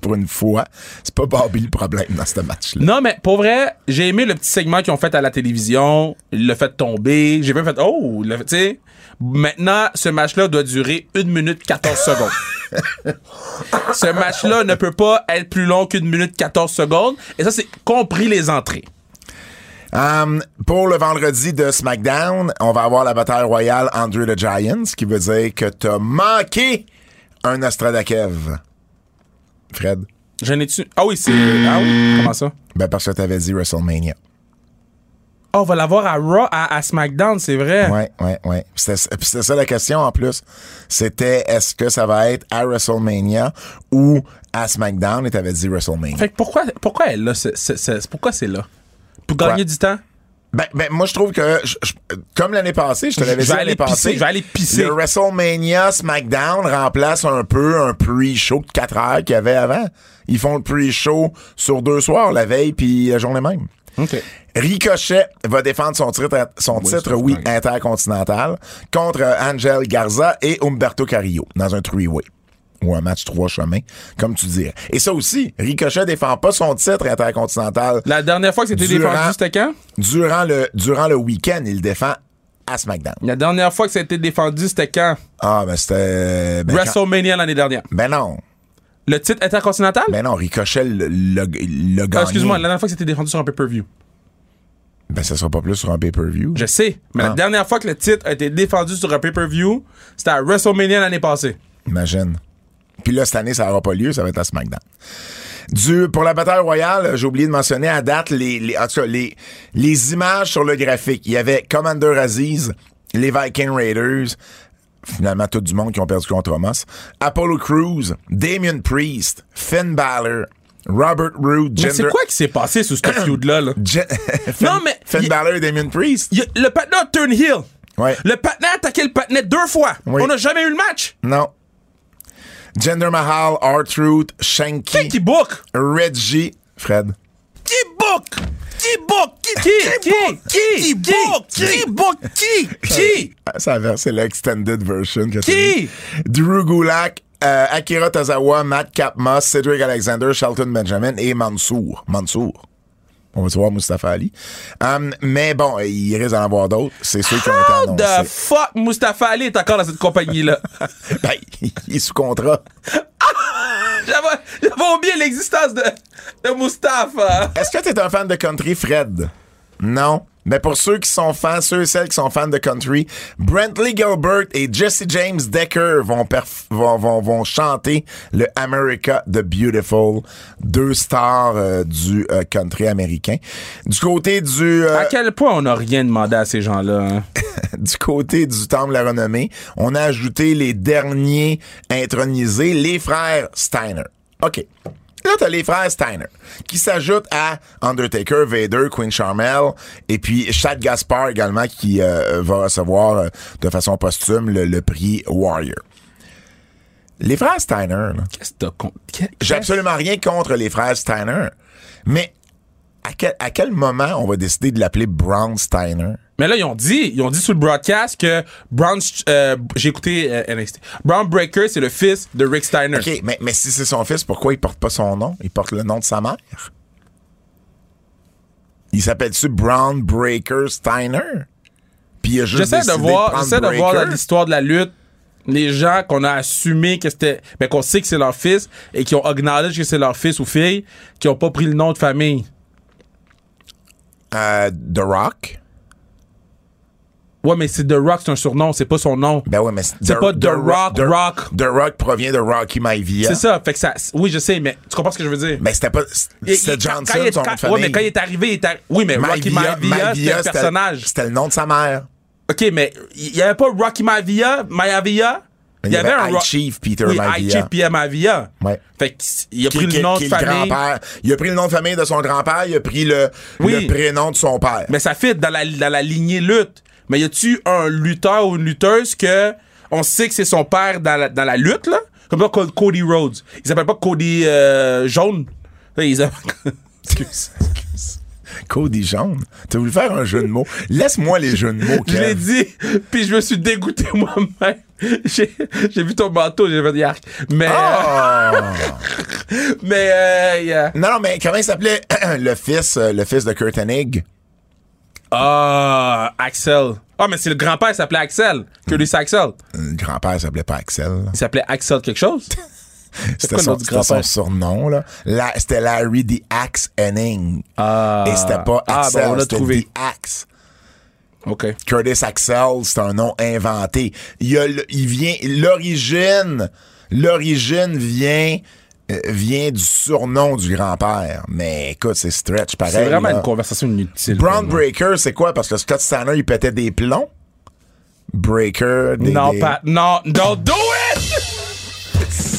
B: pour une fois, c'est pas Bobby le problème dans ce match-là.
C: Non, mais pour vrai, j'ai aimé le petit segment qu'ils ont fait à la télévision. Il l'a fait tomber. J'ai même fait, oh, il l'a fait- tu sais. Maintenant, ce match-là doit durer 1 minute 14 secondes. ce match-là ne peut pas être plus long qu'une minute 14 secondes. Et ça, c'est compris les entrées.
B: Um, pour le vendredi de SmackDown, on va avoir la bataille royale Andrew the Giant, ce qui veut dire que t'as manqué un Astradakev. Fred,
C: J'en ai-tu. Ah oui, c'est. Ah oui, comment ça?
B: ben parce que t'avais dit WrestleMania.
C: Ah, on va l'avoir à Raw, à, à SmackDown, c'est vrai.
B: Ouais, ouais, ouais. C'était puis c'était ça la question en plus. C'était est-ce que ça va être à WrestleMania ou à SmackDown et t'avais dit WrestleMania.
C: Fait que pourquoi, pourquoi elle là? ce- ce- ce- pourquoi c'est là? Pour gagner du temps?
B: Ben, ben, moi je trouve que je- je- comme l'année passée, je te
C: Je-
B: l'avais
C: je
B: dit
C: vais
B: l'année
C: aller
B: passée,
C: pisser, je vais aller pisser.
B: Le WrestleMania SmackDown remplace un peu un pre-show de 4 heures qu'il y avait avant. Ils font le pre-show sur deux soirs, la veille puis la journée même.
C: OK.
B: Ricochet va défendre son titre, son titre
C: c'est
B: oui,
C: vrai.
B: intercontinental, contre euh, Angel Garza et Humberto Carrillo dans un three-way. Ou un match trois chemins, comme tu dis. Et ça aussi, Ricochet défend pas son titre intercontinental
C: La dernière fois que c'était
B: Durant-
C: défendu, c'était quand?
B: durant le, durant le week-end. Il le défend à SmackDown.
C: La dernière fois que ça a été défendu, c'était quand?
B: Ah, ben c'était... Ben, quand-
C: WrestleMania l'année dernière.
B: ben non.
C: Le titre intercontinental?
B: Ben non, Ricochet le, le, le
C: Ah,
B: gagné.
C: Excuse-moi, la dernière fois que c'était défendu sur un pay-per-view.
B: Ben ça sera pas plus sur un pay-per-view.
C: Je sais, mais
B: Ah.
C: la dernière fois que le titre a été défendu sur un pay-per-view, c'était à WrestleMania l'année passée.
B: Imagine. Puis là, cette année, ça n'aura pas lieu, ça va être à SmackDown. Du, pour la bataille royale, j'ai oublié de mentionner à date les, les, en tout cas, les, les images sur le graphique. Il y avait Commander Aziz, les Viking Raiders, finalement tout du monde qui ont perdu contre Amos, Apollo Crews, Damien Priest, Finn Balor, Robert Roode,
C: Mais c'est
B: Jinder-
C: quoi qui s'est passé sur ce feud-là? là?
B: Jin- Finn,
C: Non, mais-
B: Finn
C: y-
B: Balor et Damien Priest.
C: Y a- Le patinet a turn heel.
B: Ouais.
C: Le patinet a attaqué le patinet deux fois.
B: Oui.
C: On n'a jamais eu le match.
B: Non. Jinder Mahal, R-Truth, Shanky,
C: Qui book?
B: Reggie, Fred.
C: Qui book? Qui book? Qui qui qui qui qui book? Qui book? Qui qui?
B: Ah, Ça a versé l'extended version. que t'as
C: Qui?
B: mis. Drew Gulak, euh, Akira Tozawa, Matt Capmos, Cedric Alexander, Shelton Benjamin et Mansour. Mansour. On va savoir Mustafa Ali. Hum, mais bon, il risque d'en avoir d'autres. C'est ceux qui ont été
C: How the
B: annoncés.
C: fuck Mustafa Ali est encore dans cette compagnie-là?
B: Ben, il est sous contrat.
C: J'avais j'avais oublié l'existence de, de Mustafa.
B: Est-ce que t'es un fan de country, Fred? Non. Mais pour ceux qui sont fans, ceux et celles qui sont fans de country, Brentley Gilbert et Jesse James Decker vont, perf- vont, vont, vont chanter le America the Beautiful, deux stars euh, du euh, country américain. Du côté du euh,
C: À quel point on n'a rien demandé à ces gens-là? hein?
B: du côté du temple de la renommée, on a ajouté les derniers intronisés, les frères Steiner. OK. Là, t'as les frères Steiner, qui s'ajoutent à Undertaker, Vader, Queen Charmel, et puis Chad Gaspar également, qui euh, va recevoir euh, de façon posthume le, le prix Warrior. Les frères Steiner, là,
C: Qu'est-ce que t'as contre? qu'est-
B: j'ai absolument rien contre les frères Steiner, mais à quel, à quel moment on va décider de l'appeler Brown Steiner?
C: Mais là, ils ont dit, ils ont dit sur le broadcast que Brown, euh, j'ai écouté euh, NXT. Brown Breaker, c'est le fils de Rick Steiner.
B: OK, mais, mais si c'est son fils, pourquoi il porte pas son nom? Il porte le nom de sa mère. Il s'appelle-tu Brown Breaker Steiner? Puis il a juste
C: J'essaie de
B: décidé
C: voir,
B: prendre
C: j'essaie de voir dans
B: Breaker.
C: l'histoire de la lutte les gens qu'on a assumé que c'était, ben, qu'on sait que c'est leur fils et qui ont acknowledge que c'est leur fils ou fille, qui ont pas pris le nom de famille.
B: Euh, The Rock?
C: Ouais, mais c'est The Rock, c'est un surnom, c'est pas son nom.
B: Ben ouais, mais
C: C'est pas The Rock,
B: The
C: Rock.
B: The Rock provient de Rocky Maivia.
C: C'est ça, fait que ça, oui, je sais, mais tu comprends ce que je veux dire?
B: Mais c'était pas.
C: Il-
B: C'était
C: il-
B: Johnson,
C: quand il est-
B: son nom
C: quand-
B: de famille.
C: Ouais, mais quand il est arrivé, il est arri- Oui, mais Rocky
B: Maivia-
C: Maivia, c'était
B: Maivia,
C: un personnage.
B: C'était le nom de sa mère.
C: OK, mais il n'y avait pas Rocky Maivia, Maivia.
B: Il y avait High
C: Ro-
B: Chief Peter
C: oui,
B: Maivia.
C: High Chief Peter Maivia.
B: Ouais.
C: Fait qu'il a
B: Qui-
C: pris
B: qui-
C: le nom
B: qui
C: de
B: est le
C: famille.
B: grand-père. Il a pris le nom de famille de son grand-père, il a pris le,
C: Oui.
B: le prénom de son père.
C: Mais ça fit dans la, dans la lignée lutte. Mais y a-tu un lutteur ou une lutteuse que on sait que c'est son père dans la, dans la lutte, là? Comme ça, Col- Cody Rhodes. Il s'appelle pas Cody euh, Jaune. Là, ils appellent-
B: Excuse, excuse. Cody Jaune. T'as voulu faire un jeu de mots. Laisse-moi les jeux de mots,
C: Je l'ai
B: Kev.
C: dit, puis je me suis dégoûté moi-même. J'ai j'ai vu ton manteau, j'ai fait yark. Mais,
B: Ah!
C: euh, mais euh, yeah.
B: Non, non, mais comment il s'appelait le fils, euh, le fils de Kurt Hennig?
C: Ah, Axel. Ah, mais c'est le grand-père, il s'appelait Axel. Que lui, c'est Axel.
B: Le grand-père s'appelait pas Axel. là.
C: Il s'appelait Axel quelque chose.
B: C'était
C: quoi le
B: son,
C: nom du
B: c'était son
C: grand-père?
B: surnom, là. La- c'était Larry The Axe Henning.
C: Ah.
B: Et c'était pas
C: Ah,
B: Axel,
C: ben, on l'a
B: c'était
C: trouvé.
B: The Axe.
C: OK.
B: Curtis Axel, c'est un nom inventé. Il, y a le- il vient l'origine, l'origine vient euh, vient du surnom du grand-père. Mais écoute, c'est stretch pareil.
C: C'est vraiment
B: là.
C: une conversation inutile.
B: Brown
C: pour moi.
B: Breaker, c'est quoi Parce que Scott Steiner, il pétait des plombs. Breaker, des,
C: Non,
B: des-
C: Pat, non, don't do it!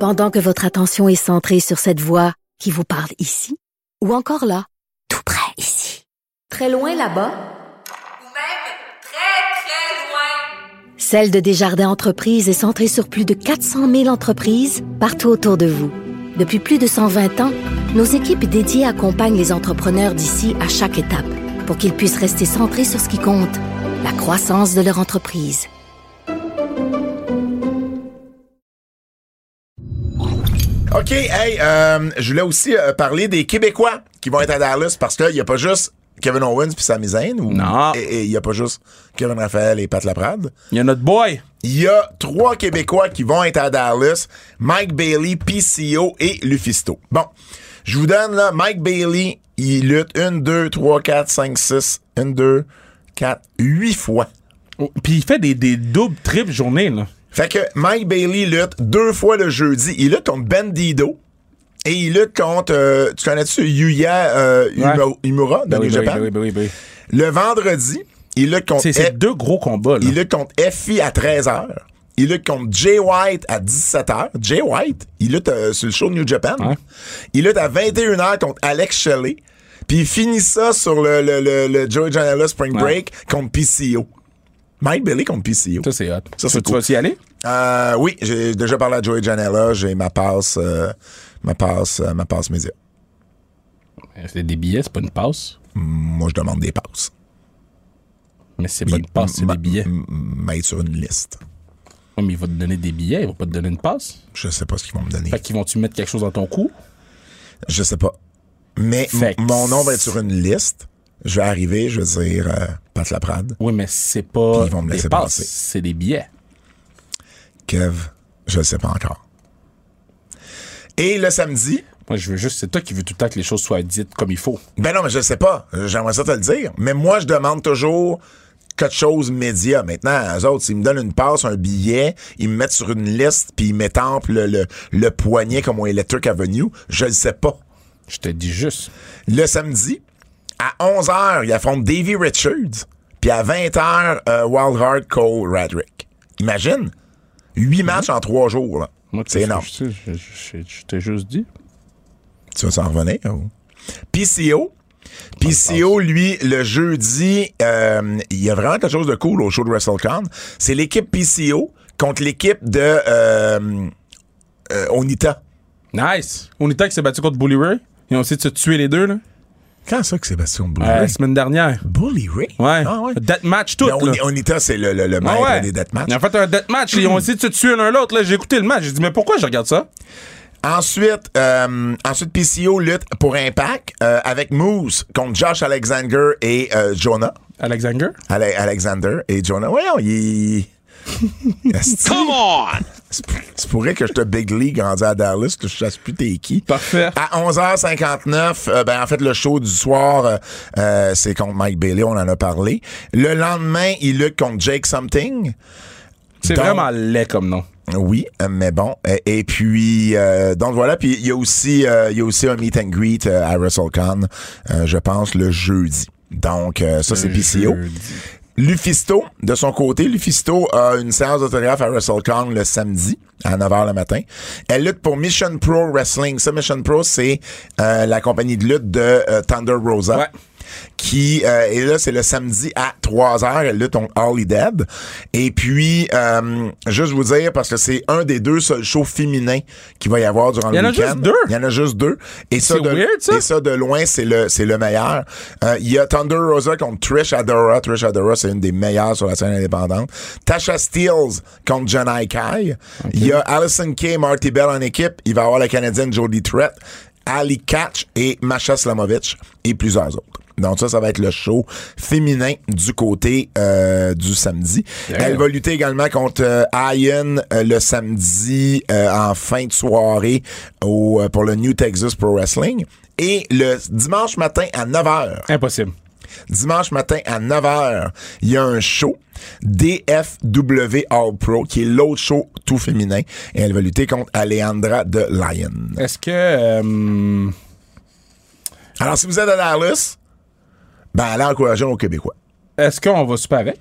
A: Pendant que votre attention est centrée sur cette voix qui vous parle ici, ou encore là, tout près ici, très loin là-bas,
D: même très très loin.
A: Celle de Desjardins Entreprises est centrée sur plus de 400 000 entreprises partout autour de vous. Depuis plus de 120 ans, nos équipes dédiées accompagnent les entrepreneurs d'ici à chaque étape pour qu'ils puissent rester centrés sur ce qui compte, la croissance de leur entreprise.
B: OK, hey, euh, je voulais aussi euh, parler des Québécois qui vont être à Dallas parce qu'il n'y a pas juste Kevin Owens puis Sami Zayn. Ou,
C: Non.
B: Et il n'y a pas juste Kevin Raphaël et Pat Laprade.
C: Il y a notre boy.
B: Il y a trois Québécois qui vont être à Dallas. Mike Bailey, PCO et Lufisto. Bon, je vous donne là, Mike Bailey, il lutte 1, 2, 3, 4, 5, 6, 1, 2, 4, 8 fois
C: Oh, Puis il fait des, des doubles, triples journées, là.
B: Fait que Mike Bailey lutte deux fois le jeudi. Il lutte contre Bandido. Et il lutte contre, euh, tu connais-tu Yuya euh, Uma-
C: Ouais.
B: Imura de
C: Ben oui,
B: New
C: ben oui,
B: Japan?
C: ben oui, ben oui, ben oui.
B: Le vendredi, il lutte contre
C: C'est c'est
B: F-
C: deux gros combats, là.
B: Oh, eh. il lutte contre FI à 13h. Il lutte contre Jay White à 17h. Jay White, il lutte euh, sur le show de New Japan.
C: Ouais.
B: Il lutte à 21h contre Alex Shelley. Puis il finit ça sur le, le, le, le Joey Janela Spring
C: Ouais.
B: Break contre PCO. Mike Bailey contre PCO.
C: Ça, c'est hot.
B: Ça, c'est
C: tu
B: cool.
C: vas y aller?
B: Euh, oui, j'ai déjà parlé à Joey Janela, j'ai ma passe, euh, ma passe, euh, ma passe média.
C: Euh, C'est des billets, c'est pas une passe.
B: Moi, je demande des passes.
C: Mais c'est pas une passe, c'est
B: Ma-
C: des billets.
B: m- Mettre sur une liste.
C: Ouais, mais ils vont te donner des billets, ils vont pas te donner une passe.
B: Je sais pas ce qu'ils vont me donner.
C: Fait qu'ils vont-tu mettre quelque chose dans ton cou?
B: Je sais pas. Mais m-
C: Fait que-
B: mon nom va être sur une liste. Je vais arriver, je vais dire euh, Pat Laprade,
C: Oui, mais c'est pas
B: Puis ils vont me
C: des
B: laisser
C: passes,
B: passer.
C: c'est des billets.
B: Kev, je le sais pas encore. Et le samedi,
C: Moi, je veux juste, c'est toi qui veux tout le temps que les choses soient dites comme il faut.
B: ben non, mais je le sais pas. J'aimerais ça te le dire. Mais moi, je demande toujours quelque chose média. Maintenant, eux autres, s'ils me donnent une passe, un billet, ils me mettent sur une liste, puis ils m'étampent le, le, le poignet comme au Electric Avenue, je le sais pas.
C: Je te dis juste.
B: Le samedi, à 11h, il affronte Davy Richards. Puis à 20h, euh, Wild Heart Cole Radrick. Imagine, 8 matchs en 3 jours. là.
C: Moi,
B: C'est
C: je-
B: énorme.
C: Je, je- je- je t'ai juste dit.
B: Tu vas s'en revenir? ou? PCO. PCO, lui, le jeudi, euh, il y a vraiment quelque chose de cool au show de WrestleCon. C'est l'équipe PCO contre l'équipe de euh, euh, Onita.
C: Nice! Onita qui s'est battu contre Bully Ray. Ils ont essayé de se tuer les deux, là.
B: Quand ça que Sébastien Bully
C: Euh, La semaine dernière.
B: Bully Ray?
C: Ouais.
B: Ah ouais.
C: Deathmatch tout.
B: Mais Oni-
C: là.
B: Onita, c'est le, le, le
C: Ah
B: maître
C: ouais.
B: des deathmatchs.
C: Ils ont fait un deathmatch. Ils ont essayé de se tuer l'un l'autre. là. J'ai écouté le match. J'ai dit, mais pourquoi je regarde ça?
B: Ensuite, euh, ensuite PCO lutte pour Impact euh, avec Moose contre Josh Alexander et euh, Jonah.
C: Alexander?
B: Ale- Alexander et Jonah. Voyons, il... Esti,
E: Come on!
B: C'est pour- c'est pour vrai que je te big league rendu à Dallas, que je chasse plus t'es qui.
C: Parfait.
B: À 11h59, euh, ben en fait, le show du soir, euh, euh, c'est contre Mike Bailey, on en a parlé. Le lendemain, il lutte contre Jake Something.
C: C'est
B: Donc-
C: vraiment laid comme nom.
B: Oui, euh, mais bon. Et, et puis, euh, donc voilà. Puis il y a aussi, euh, il y a aussi un meet and greet euh, à WrestleCon, euh, je pense le jeudi. Donc euh, ça c'est PCO.
C: Jeudi.
B: Lufisto, de son côté, Lufisto a une séance d'autographe à WrestleCon le samedi à 9h le matin. Elle lutte pour Mission Pro Wrestling. Ça, Mission Pro, c'est euh, la compagnie de lutte de euh, Thunder Rosa.
C: Ouais.
B: Qui euh, et là c'est le samedi à 3h elle lutte contre Harley Dead et puis euh, juste vous dire parce que c'est un des deux seuls shows féminins qu'il va y avoir durant
C: Il y
B: le
C: en a
B: week-end
C: juste deux?
B: il y en a juste deux et ça
C: C'est
B: de,
C: weird, ça?
B: et ça, de loin, c'est le, c'est le meilleur. Euh, Il y a Thunder Rosa contre Trish Adora. Trish Adora, c'est une des meilleures sur la scène indépendante. Tasha Steeles contre Janai Kai. Il y a Allison Kay, Marty Bell en équipe. Il va y avoir la Canadienne Jodie Trett, Ali Catch et Masha Slamovic et plusieurs autres. Donc ça, ça va être le show féminin du côté euh, du samedi. Elle va lutter également contre euh, Ian euh, le samedi euh, en fin de soirée au, euh, pour le New Texas Pro Wrestling. Et le dimanche matin à 9h,
C: Impossible.
B: dimanche matin à 9h, il y a un show DFW All Pro qui est l'autre show tout féminin. Et elle va lutter contre Alejandra de Lion.
C: Est-ce que. euh,
B: Alors si vous êtes à Dallas, ben allez encourager nos Québécois.
C: Est-ce qu'on va super avec?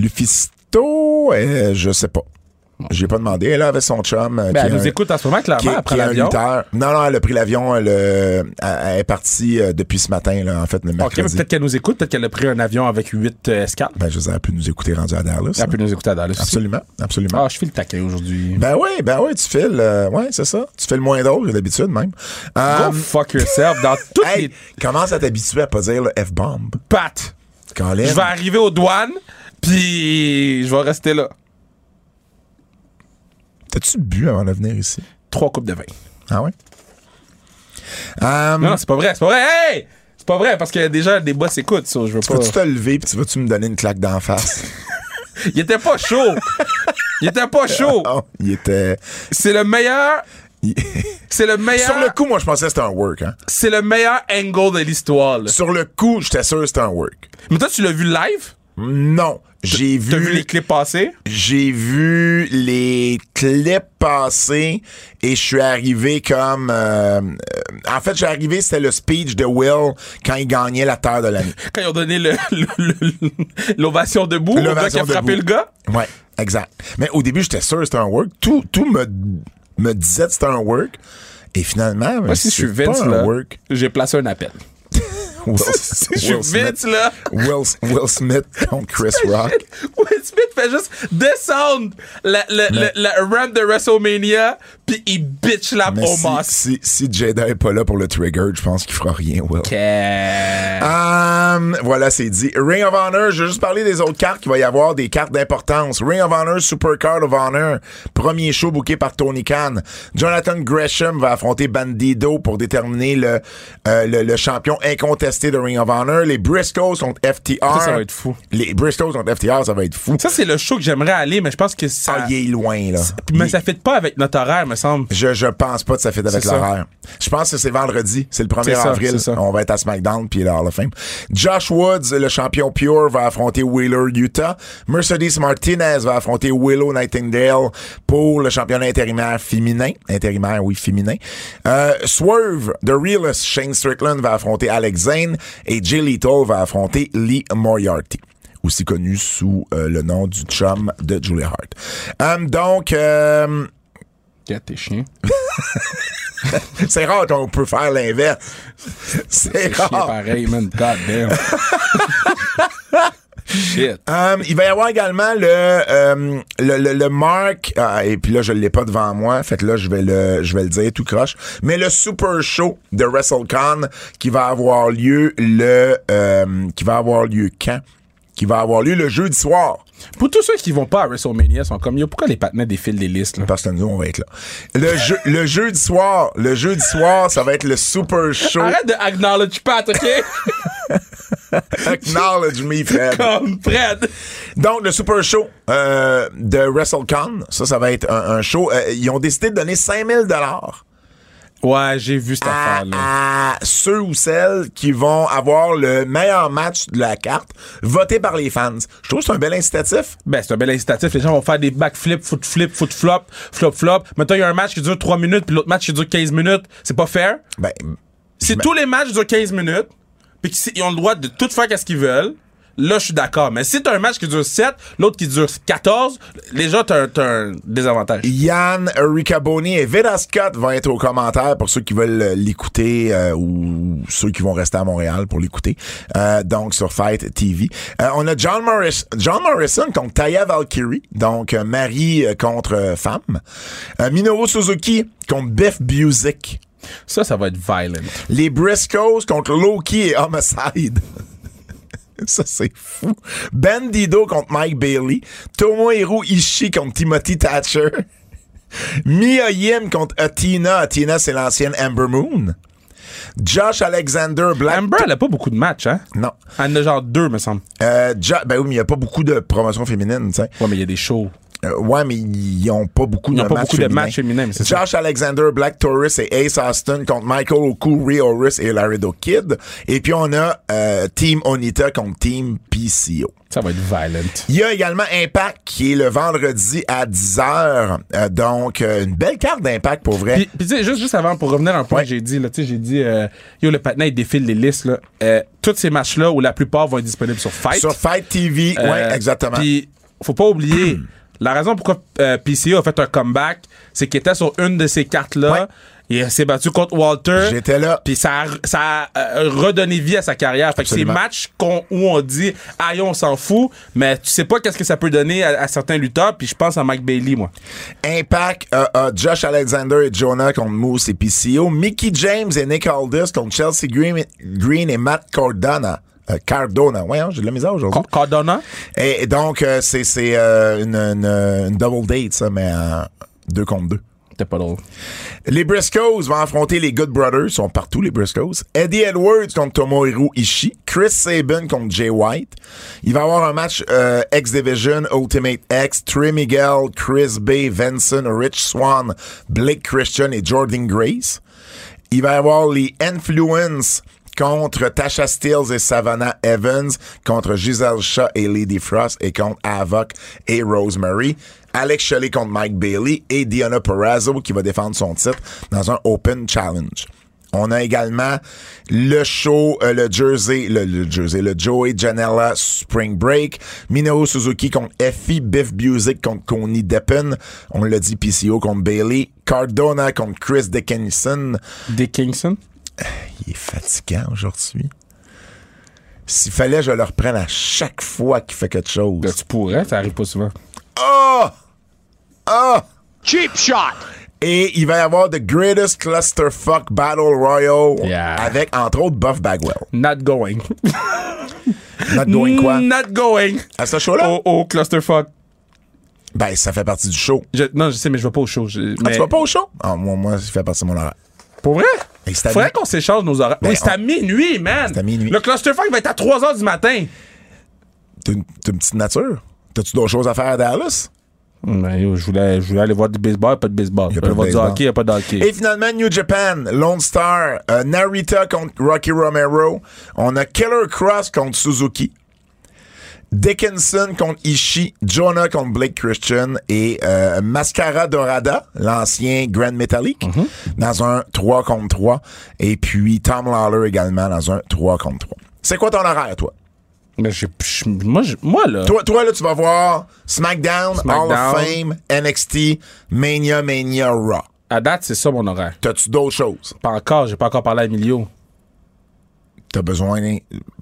B: Lufisto, euh, je sais pas. J'ai pas demandé. Elle avait son chum. euh,
C: Ben,
B: qui
C: elle
B: est
C: nous
B: un-
C: écoute en ce moment, clairement,
B: qui est-
C: après
B: qui est un
C: l'avion.
B: lutteur. Non, non, elle a pris l'avion. Elle, euh, elle- elle est partie euh, depuis ce matin, là, en fait, le
C: Ok, mais
B: mercredi.
C: peut-être qu'elle nous écoute, peut-être qu'elle a pris un avion avec 8 escales.
B: ben, je sais, elle a pu nous écouter rendu à Dallas. hein.
C: Elle peut nous écouter à Dallas. aussi.
B: Absolument, absolument.
C: Ah, je fais le taquet aujourd'hui.
B: Ben oui, ben oui, tu files. euh, ouais, c'est ça. Tu files moins drôle que d'habitude, même. Euh,
C: Go fuck yourself dans toutes
B: hey,
C: les
B: commence à t'habituer à pas dire le F-bomb.
C: pattes.
B: Colin.
C: Je vais arriver aux douanes, puis je vais rester là.
B: T'as-tu bu avant de venir ici?
C: Trois coupes de vin.
B: Ah ouais? Euh,
C: Non, non, c'est pas vrai, c'est pas vrai. Hey! C'est pas vrai, parce que déjà, des boss écoutent, ça, je veux pas.
B: Peux-tu te lever puis tu vas-tu me donner une claque d'en face?
C: Il était pas chaud. Il était pas chaud.
B: Oh, il était.
C: C'est le meilleur. C'est le meilleur.
B: Sur le coup, moi, je pensais que c'était un work. Hein.
C: C'est le meilleur angle de l'histoire. là.
B: Sur le coup, j'étais sûr que c'était un work.
C: Mais toi, tu l'as vu live?
B: Non, J'ai
C: T'as vu les clips passer?
B: j'ai vu les clips passer et je suis arrivé comme euh, euh, en fait j'ai arrivé c'était le speech de Will quand il gagnait la terre de l'année.
C: Quand ils ont donné le- le- le- l'ovation debout, le gars qui a
B: L'ovation
C: frappé
B: debout.
C: le gars.
B: Ouais, exact. Mais au début j'étais sûr que c'était un work. Tout tout me me disait que c'était un work. Et finalement,
C: Moi, si je suis Vince,
B: pas un
C: là,
B: work.
C: j'ai placé un appel.
B: Will,
C: Si je suis
B: Will Smith-
C: Vince, là.
B: Will, Will Smith contre Chris Rock.
C: Will Smith fait juste descendre la, la, la, la ramp de WrestleMania, puis il bitch la
B: Mais si,
C: Omos.
B: si, si Jada est pas là pour le trigger, je pense qu'il fera rien, Will.
C: Que-
B: Hum, voilà, c'est dit. Ring of Honor, je vais juste parler des autres cartes qu'il va y avoir, des cartes d'importance. Ring of Honor, Super Card of Honor, premier show booké par Tony Khan. Jonathan Gresham va affronter Bandido pour déterminer le, euh, le, le champion incontesté de Ring of Honor. Les Briscoes sont FTR.
C: Ça, ça va être fou.
B: Les Briscoes sont FTR, ça va être fou.
C: Ça, c'est le show que j'aimerais aller, mais je pense que ça.
B: Ah, il est loin, là.
C: Mais
B: Il-
C: ça fit pas avec notre horaire, me semble.
B: Je, je pense pas que ça fait avec
C: C'est ça.
B: l'horaire. Je pense que c'est vendredi. C'est le 1er
C: C'est ça,
B: avril.
C: c'est ça.
B: On va être à SmackDown puis le Hall of Fame. Josh Woods, le champion pure, va affronter Wheeler Utah. Mercedes Martinez va affronter Willow Nightingale pour le championnat intérimaire féminin. Intérimaire, oui, féminin. Euh, Swerve, The Realist, Shane Strickland va affronter Alex Zane et Jay Lethal va affronter Lee Moriarty aussi connu sous euh, le nom du chum de Julie Hart. Euh, donc, euh,
C: Get tes chiens.
B: c'est rare qu'on peut faire l'inverse. C'est
C: Chiens
B: rare.
C: pareil, man. God damn. Shit.
B: Euh, il va y avoir également le euh, le, le, le marque ah, et puis là je l'ai pas devant moi fait que là je vais le je vais le dire tout croche mais le super show de WrestleCon qui va avoir lieu le euh, qui va avoir lieu quand qui va avoir lieu le jeudi soir
C: Pour tous ceux qui vont pas à WrestleMania, sont comme, yo, pourquoi les patinets défilent des listes, là?
B: parce que nous on va être là le jeu le jeudi soir le jeudi soir ça va être le super show
C: Arrête de acknowledge Pat, ok?
B: acknowledge me Fred
C: Comme Fred.
B: Donc, le Super Show euh, de WrestleCon, ça, ça va être un, un show. euh, ils ont décidé de donner 5000 dollars
C: Ouais, j'ai vu cette affaire-là.
B: à ceux ou celles qui vont avoir le meilleur match de la carte, voté par les fans. Je trouve que c'est un bel incitatif.
C: Ben, c'est un bel incitatif. Les gens vont faire des backflips, footflip, footflop, flop-flop. Maintenant, il y a un match qui dure 3 minutes, puis l'autre match qui dure 15 minutes. C'est pas fair.
B: Ben,
C: Si tous les matchs durent 15 minutes, puis qu'ils ont le droit de tout faire qu'est-ce qu'ils veulent, là, je suis d'accord. Mais si t'as un match qui dure 7, l'autre qui dure 14, déjà, t'as un, t'as un désavantage.
B: Yann Ricaboni et Veda Scott vont être aux commentaires pour ceux qui veulent euh, l'écouter euh, ou ceux qui vont rester à Montréal pour l'écouter. Euh, donc sur Fight TV. Euh, on a John, Morris, John Morrison contre Taya Valkyrie, donc euh, mari euh, contre euh, femme. Euh, Minoru Suzuki contre Biff Music.
C: Ça, ça va être violent.
B: Les Briscoes contre Loki et Homicide. Ça, c'est fou. Bandido contre Mike Bailey. Tomohiro Ishii contre Timothy Thatcher. Mia Yim contre Athena. Athena, c'est l'ancienne Amber Moon. Josh Alexander Black.
C: Amber, elle a pas beaucoup de matchs, hein?
B: Non.
C: Elle en a genre deux, me semble.
B: Euh, Jo- ben oui, mais il n'y a pas beaucoup de promotion féminine, tu sais.
C: Ouais, mais il y a des shows.
B: Euh, ouais, mais ils n'ont pas beaucoup
C: Ils
B: de
C: ont pas
B: matchs
C: beaucoup de
B: féminins.
C: matchs féminins, mais c'est ça.
B: Josh Alexander, Black Taurus et Ace Austin contre Michael Oku, Ray Horus et Laredo Kid. Et puis on a euh, Team Onita contre Team PCO.
C: Ça va être violent.
B: Il y a également Impact qui est le vendredi à 10h. Euh, donc, euh, une belle carte d'Impact pour vrai.
C: Puis, puis tu sais, juste, juste avant, pour revenir à un point
B: Ouais.
C: que j'ai dit, là, tu sais, j'ai dit, euh, yo, le patin, il défile les listes, là. Euh, tous ces matchs-là, où la plupart vont être disponibles sur Fight.
B: Sur Fight TV,
C: Euh,
B: ouais, exactement.
C: Puis, faut pas oublier, la raison pourquoi euh, PCO a fait un comeback, c'est qu'il était sur une de ces cartes-là.
B: Ouais.
C: Il s'est battu contre Walter.
B: J'étais là.
C: Puis ça a, ça a, euh, redonné vie à sa carrière. Fait que ces
B: Absolument.
C: matchs qu'on- où on dit, aïe, on s'en fout, mais tu sais pas qu'est-ce que ça peut donner à, à certains lutteurs. Puis je pense à Mike Bailey, moi.
B: Impact, euh, euh, Josh Alexander et Jonah contre Moose et PCO. Mickey James et Nick Aldis contre Chelsea Green, Green et Matt Cardona. Euh, Cardona, ouais, hein, j'ai de la misère aujourd'hui.
C: Contre Cardona.
B: Et, et donc, euh, c'est c'est, euh, une, une- une double date, ça, mais en deux contre deux.
C: C'était pas drôle.
B: Les Briscoes vont affronter les Good Brothers, ils sont partout les Briscoes. Eddie Edwards contre Tomohiro Ishii. Chris Sabin contre Jay White. Il va y avoir un match euh, X-Division, Ultimate X, Trey Miguel, Chris Bay, Benson, Rich Swan, Blake Christian et Jordan Grace. Il va y avoir les Influence contre Tasha Steels et Savannah Evans, contre Giselle Shaw et Lady Frost, et contre Havoc et Rosemary. Alex Shelley contre Mike Bailey et Diana Perrazzo qui va défendre son titre dans un Open Challenge. On a également le show, euh, le Jersey, le, le Jersey, le Joey Janela Spring Break, Minoru Suzuki contre Effie, Biff Music contre Connie Deppen, on l'a dit PCO contre Bailey, Cardona contre Chris Dickinson.
C: Dickinson?
B: Il est fatigant aujourd'hui. S'il fallait, je le reprenne à chaque fois qu'il fait quelque
C: Ben,
B: chose.
C: tu pourrais, ça arrive pas souvent.
B: Oh! Oh!
E: Cheap shot.
B: Et il va y avoir The Greatest Clusterfuck Battle Royal
C: Yeah.
B: avec, entre autres, Buff Bagwell.
C: Not going.
B: Not doing quoi?
C: Not going.
B: À ce show-là?
C: Oh, oh, clusterfuck.
B: Ben, ça fait partie du show.
C: Je- non, je sais, mais je vais pas au show. je-
B: Ah,
C: mais-
B: tu vas pas au show? Ah, moi, moi, ça fait partie de mon horaire.
C: Pour vrai?
B: Hey, Ben, c'est à
C: Faudrait
B: mi-
C: qu'on s'échange nos horaires.
B: Ben,
C: oui, c'est
B: on-
C: à minuit, man.
B: C'est à minuit.
C: Le clusterfuck va être à 3 h du matin.
B: T'as une, t'as une petite nature? T'as-tu d'autres choses à faire à Dallas?
C: Ben, yo, je, voulais, je voulais aller voir du baseball, pas de baseball. Je
B: Y a
C: voulais
B: pas
C: voir
B: de
C: du
B: baseball.
C: hockey, y a pas de hockey.
B: Et finalement, New Japan, Lone Star, euh, Narita contre Rocky Romero. On a Killer Cross contre Suzuki. Dickinson contre Ishii, Jonah contre Blake Christian et euh, Mascara Dorada, l'ancien Grand Metallic, dans un 3 contre 3. Et puis Tom Lawler également dans un 3 contre 3. C'est quoi ton horaire, toi?
C: Mais j'ai- je- moi, je- moi, là.
B: Toi, toi, là, tu vas voir SmackDown, Hall of
C: SmackDown.
B: Fame, NXT, Mania, Mania, Raw.
C: À date, c'est ça mon horaire.
B: T'as-tu d'autres choses?
C: Pas encore, j'ai pas encore parlé à Emilio.
B: T'as besoin,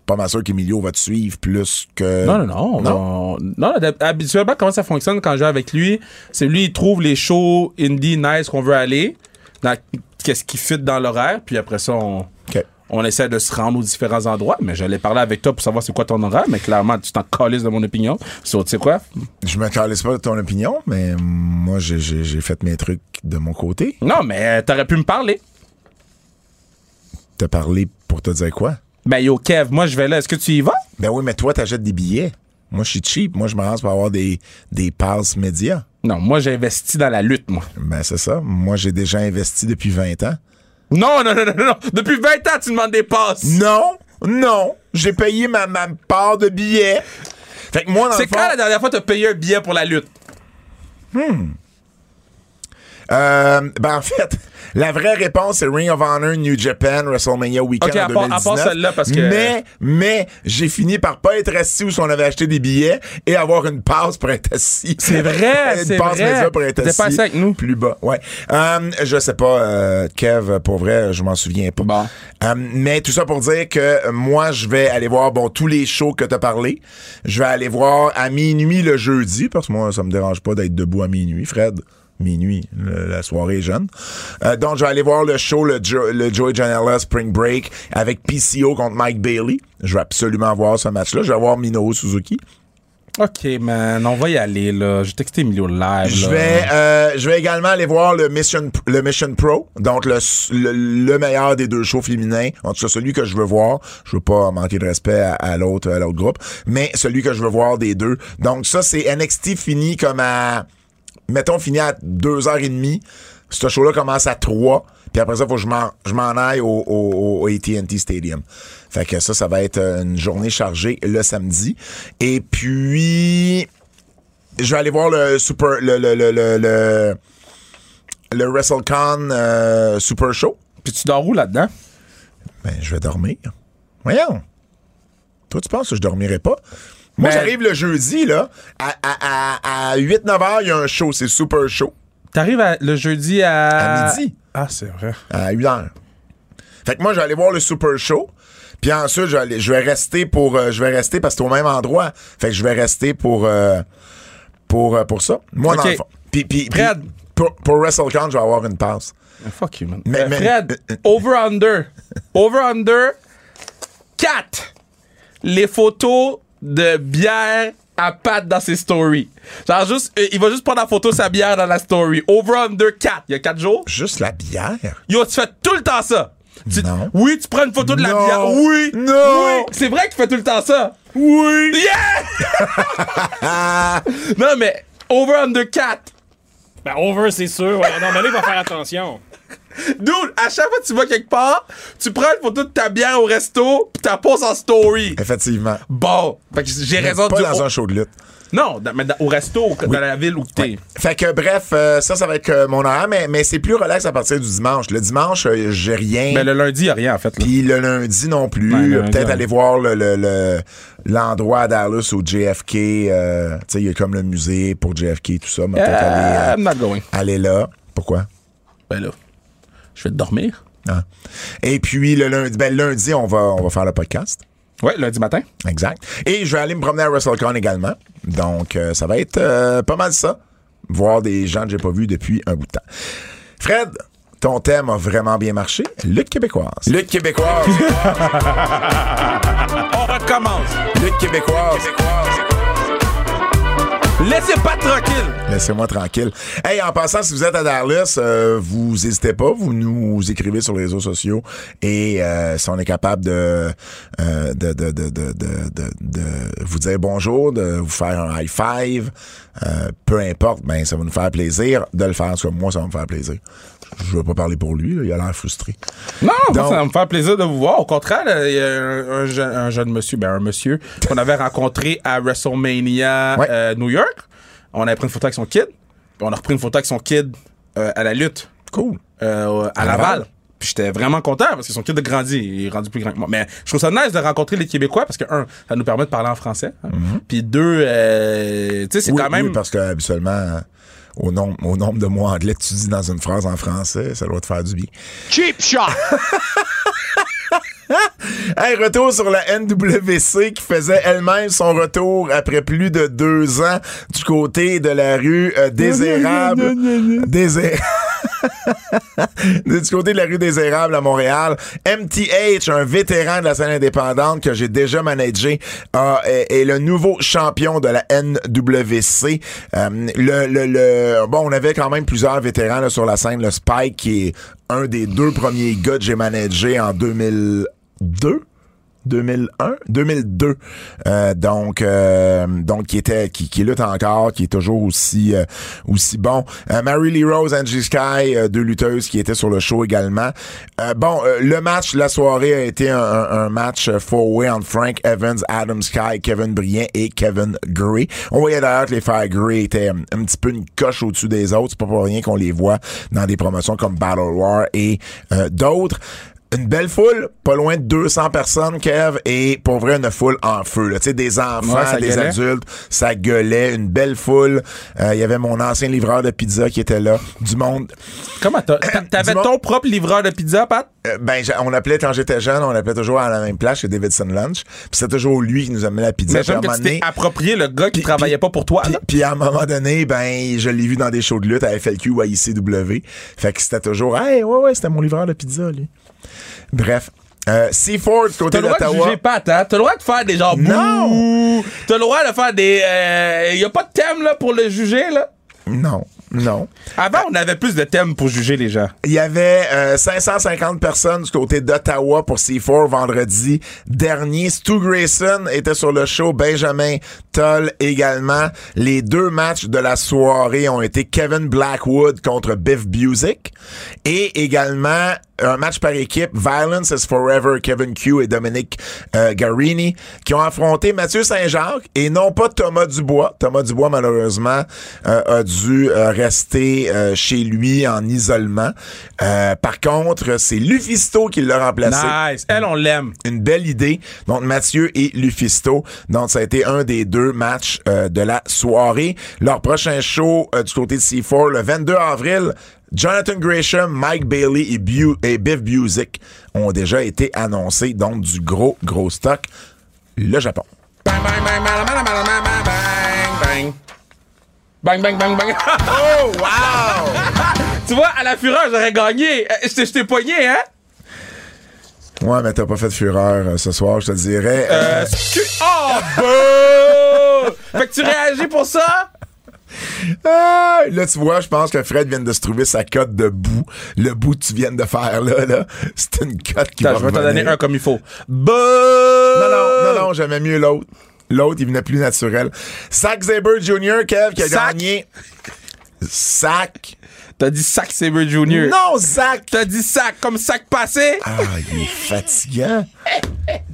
B: pas mal sûr qu'Emilio va te suivre plus que.
C: Non, non, Euh, non. Non, non, non, d'hab- habituellement, comment ça fonctionne quand je vais avec lui, c'est lui, il trouve les shows indie nice qu'on veut aller, dans- qu'est-ce qui fit dans l'horaire, puis après ça, on,
B: OK.
C: on essaie de se rendre aux différents endroits. Mais j'allais parler avec toi pour savoir c'est quoi ton horaire, mais clairement, tu t'en calisses de mon opinion. So, tu sais quoi?
B: Je me calisse pas de ton opinion, mais moi, j'ai- j'ai j'ai fait mes trucs de mon côté.
C: Non, mais euh, t'aurais pu me parler.
B: T'as parlé pour te dire quoi?
C: Ben yo, Kev, moi je vais là, est-ce que tu y vas?
B: Ben oui, mais toi, t'achètes des billets. Moi, je suis cheap. Moi, je me rase pour avoir des, des passes médias.
C: Non, moi j'ai investi dans la lutte, moi.
B: Ben, c'est ça. Moi, j'ai déjà investi depuis 20 ans.
C: Non, non, non, non, non, non. Depuis 20 ans, tu demandes des passes.
B: Non, non. J'ai payé ma, ma part de billets. Fait que moi, dans le
C: C'est
B: fond,
C: quand la dernière fois t'as payé un billet pour la lutte?
B: euh, ben en fait, la vraie réponse c'est Ring of Honor, New Japan, WrestleMania Weekend
C: Ok, à
B: en
C: part- à part
B: 2019.
C: celle-là, parce que-
B: Mais, mais, j'ai fini par pas être assis où on avait acheté des billets et avoir une passe pour être assis.
C: C'est vrai,
B: Une
C: c'est
B: passe
C: vrai.
B: média pour être
C: T'étais
B: assis.
C: pas assis avec nous.
B: Plus bas, ouais. Euh, je sais pas, euh, Kev, pour vrai, je m'en souviens pas.
C: Bon.
B: Euh, mais tout ça pour dire que euh, moi, je vais aller voir bon tous les shows que t'as parlé. Je vais aller voir à minuit le jeudi, parce que moi, ça me dérange pas d'être debout à minuit, Fred. Minuit, le- la soirée est jeune. Euh, donc, je vais aller voir le show, le, Jo- le Joey Janela Spring Break avec PCO contre Mike Bailey. Je vais absolument voir ce match-là. Je vais voir Minoru Suzuki.
C: Ok, man, on va y aller, là. J'ai texté Emilio live, là.
B: Je vais, euh, je vais également aller voir le Mission, le Mission Pro, donc le, s- le, le meilleur des deux shows féminins. En tout cas, celui que je veux voir. Je veux pas manquer de respect à, à l'autre, à l'autre groupe, mais celui que je veux voir des deux. Donc ça, c'est NXT fini comme à, mettons, fini à 2h30. Ce show-là commence à 3. Puis après ça, faut que je m'en, je m'en aille au, au, au AT&T Stadium. Fait que ça, ça va être une journée chargée le samedi. Et puis, je vais aller voir le super le le le le, le, le WrestleCon euh, Super Show.
C: Puis tu dors où là-dedans?
B: Ben je vais dormir. Voyons. Toi tu penses que je dormirai pas Moi
C: Ben-
B: j'arrive le jeudi là à à, à, à 8 9 heures, il y a un show, c'est Super Show
C: T'arrives à- le jeudi à.
B: À midi.
C: Ah, c'est vrai.
B: à 1 heure. Fait que moi je vais aller voir le Super Show. Puis ensuite, je vais, aller- je vais rester pour. euh, je vais rester parce que c'est au même endroit. Fait que je vais rester pour. euh, pour, euh, pour ça. Moi, dans
C: Ok.
B: le fond. Puis, puis, puis
C: Fred.
B: pour, pour WrestleCon, je vais avoir une passe.
C: Ah, Fuck you, man.
B: Mais-
C: Euh,
B: mais-
C: Fred, over-under. Over-under. 4. Les photos de bière à Pat dans ses stories. Genre, juste, euh, il va juste prendre la photo de sa bière dans la story. Over-under 4. Il y a 4 jours.
B: Juste la bière?
C: Yo, tu fais tout le temps ça. Tu-
B: Non.
C: Oui, tu prends une photo de la
B: Non.
C: bière. Oui.
B: Non.
C: Oui. C'est vrai que tu fais tout le temps ça. Oui. Yeah! non, mais over under 4.
E: Ben, over, c'est sûr. Ouais. Non, mais là, il va faire attention.
C: Dude, à chaque fois que tu vas quelque part, tu prends une photo de ta bière au resto, puis t'as poses en story.
B: Effectivement.
C: Bon, fait que j'ai raison de
B: Pas
C: dire-
B: dans un show de lutte.
C: Non, dans- mais dans- au resto, dans la ville où t'es.
B: Fait que bref, euh, ça, ça va être euh, mon horaire, mais, mais c'est plus relax à partir du dimanche. Le dimanche, euh, j'ai rien.
C: Mais Ben, le lundi, y a rien, en fait. là.
B: Puis le lundi non plus.
C: Ouais, le Ben, lundi,
B: Peut-être
C: ouais.
B: aller voir le- le- le- l'endroit à Dallas au JFK. euh, tu sais, il y a comme le musée pour JFK, tout ça. Mais peut-être aller, euh,
C: Euh, I'm not going.
B: aller là. Pourquoi?
C: Ben là, je vais te dormir.
B: Hein? Et puis le lundi, ben, lundi on, va, on va faire le podcast.
C: Ouais, lundi matin.
B: Exact. Et je vais aller me promener à WrestleCon également. Donc, euh, ça va être euh, pas mal ça. Voir des gens que j'ai pas vus depuis un bout de temps. Fred, ton thème a vraiment bien marché. Lutte québécoise. Lutte québécoise.
C: On recommence.
B: Lutte québécoise.
C: Laissez pas tranquille.
B: Laissez-moi tranquille. Hey, en passant, si vous êtes à Dallas, euh, vous n'hésitez pas, vous nous écrivez sur les réseaux sociaux et euh, si on est capable de, euh, de, de, de, de, de- de- de vous dire bonjour, de vous faire un high five, euh, peu importe, ben ça va nous faire plaisir de le faire. Comme moi, ça va me faire plaisir. Je veux pas parler pour lui, là, il a l'air frustré.
C: Non, moi,
B: Donc-
C: ça va me faire plaisir de vous voir. Au contraire, là, il y a un, un jeune, un jeune monsieur, ben un monsieur qu'on avait rencontré à WrestleMania
B: Ouais.
C: euh, New York. On a pris une photo avec son kid. Puis on a repris une photo avec son kid euh, à la lutte.
B: Cool.
C: euh, à
B: Laval.
C: Laval. Puis j'étais vraiment content parce que son kid a grandi, il est rendu plus grand que moi. Mais je trouve ça nice de rencontrer les Québécois parce que, un, ça nous permet de parler en français. hein. Puis deux, euh, tu sais, c'est
B: Mm-hmm. Oui,
C: quand même.
B: oui, parce que habituellement, euh, au nombre, au nombre de mots anglais que tu dis dans une phrase en français, ça doit te faire du bien.
E: Cheap shot!
B: Hey, retour sur la NWC qui faisait elle-même son retour après plus de deux ans du côté de la rue euh, Désérable. Désé- du côté de la rue Désérable à Montréal. MTH, un vétéran de la scène indépendante que j'ai déjà managé, a- est, est le nouveau champion de la NWC. Euh, le, le- le- bon, on avait quand même plusieurs vétérans là, sur la scène. Le Spike, qui est un des deux premiers gars que j'ai managé en 2002. 2001, 2002. Euh, donc, euh, donc qui était, qui, qui lutte encore, qui est toujours aussi, euh, aussi bon. Euh, Mary Lee Rose, Angie Sky, euh, deux lutteuses qui étaient sur le show également. Euh, bon, euh, le match, la soirée a été un, un- un match euh, four-way entre Frank Evans, Adam Sky, Kevin Brien et Kevin Gray. On voyait d'ailleurs que les Fire Gray étaient euh, un petit peu une coche au-dessus des autres. C'est pas pour rien qu'on les voit dans des promotions comme Battle War et euh, d'autres. Une belle foule, pas loin de 200 personnes, Kev, et pour vrai, une foule en feu. là. Tu sais, des enfants,
C: Ouais, ça
B: des
C: gueulait.
B: adultes, ça gueulait, une belle foule. Euh, Il y avait mon ancien livreur de pizza qui était là, du monde.
C: Comment t'as- t'a- T'avais
B: Dis-moi.
C: ton propre livreur de pizza, Pat?
B: Euh, ben, j'a- on appelait quand j'étais jeune, on appelait toujours à la même place chez Davidson Lunch, puis c'était toujours lui qui nous amenait la pizza.
C: Mais
B: Puis à un
C: j'aime que
B: moment
C: tu t'es
B: donné-
C: approprié le gars qui
B: Puis-
C: travaillait
B: puis-
C: pas pour toi.
B: Puis,
C: là.
B: puis à un moment donné, ben, je l'ai vu dans des shows de lutte à FLQ ou à ICW. Fait que c'était toujours, hey, ouais, ouais, c'était mon livreur de pizza, lui. Bref. Euh, C4 du
C: T'as
B: côté
C: le droit de
B: d'Ottawa.
C: juger Pat, hein? T'as le droit de faire des genres
B: Non.
C: bouh. T'as le droit de faire des. Euh, y a pas de thème, là, pour le juger, là?
B: Non, non.
C: Avant, on avait plus de thèmes pour juger les gens.
B: Il y avait euh, 550 personnes du côté d'Ottawa pour C4 vendredi dernier. Stu Grayson était sur le show, Benjamin Toll également. Les deux matchs de la soirée ont été Kevin Blackwood contre Biff Busick et également un match par équipe, Violence is Forever, Kevin Q et Dominic euh, Garini, qui ont affronté Mathieu Saint-Jacques et non pas Thomas Dubois. Thomas Dubois, malheureusement, euh, a dû euh, rester euh, chez lui en isolement. Euh, par contre, c'est Lufisto qui l'a remplacé.
C: Nice. Elle, on l'aime.
B: Une belle idée. Donc, Mathieu et Lufisto. Donc, ça a été un des deux matchs euh, de la soirée. Leur prochain show euh, du côté de C4, le 22 avril, Jonathan Gresham, Mike Bailey et, Bu- et Biff Busick ont déjà été annoncés. Donc, du gros, gros stock. Le Japon.
C: Bang, bang, bang, bang, bang, bang, bang, bang, bang, bang. Bang, bang, bang, bang.
B: Oh, wow!
C: tu vois, à la fureur, j'aurais gagné. Euh, Je t'ai- je t'ai poigné, hein?
B: Ouais, mais t'as pas fait de fureur euh, ce soir, je te dirais. Euh,
C: Euh, tu- Oh, boo! Fait que tu réagis pour ça? Euh,
B: Ah! Là, tu vois, je pense que Fred vient de se trouver sa cote de bout. Le bout que tu viens de faire là, là c'est une cote qui va
C: Attends, je vais t'en
B: revenir.
C: donner un comme il faut. Boo!
B: Non, non, non, non, j'aimais mieux l'autre. L'autre, il venait plus naturel. Zach Zaber Jr., Kev, qui a
C: Zach.
B: gagné. Sac.
C: T'as dit Sack Saber Jr.
B: Non, Zach.
C: T'as dit Sack comme Sack passé.
B: Ah, il est fatigant.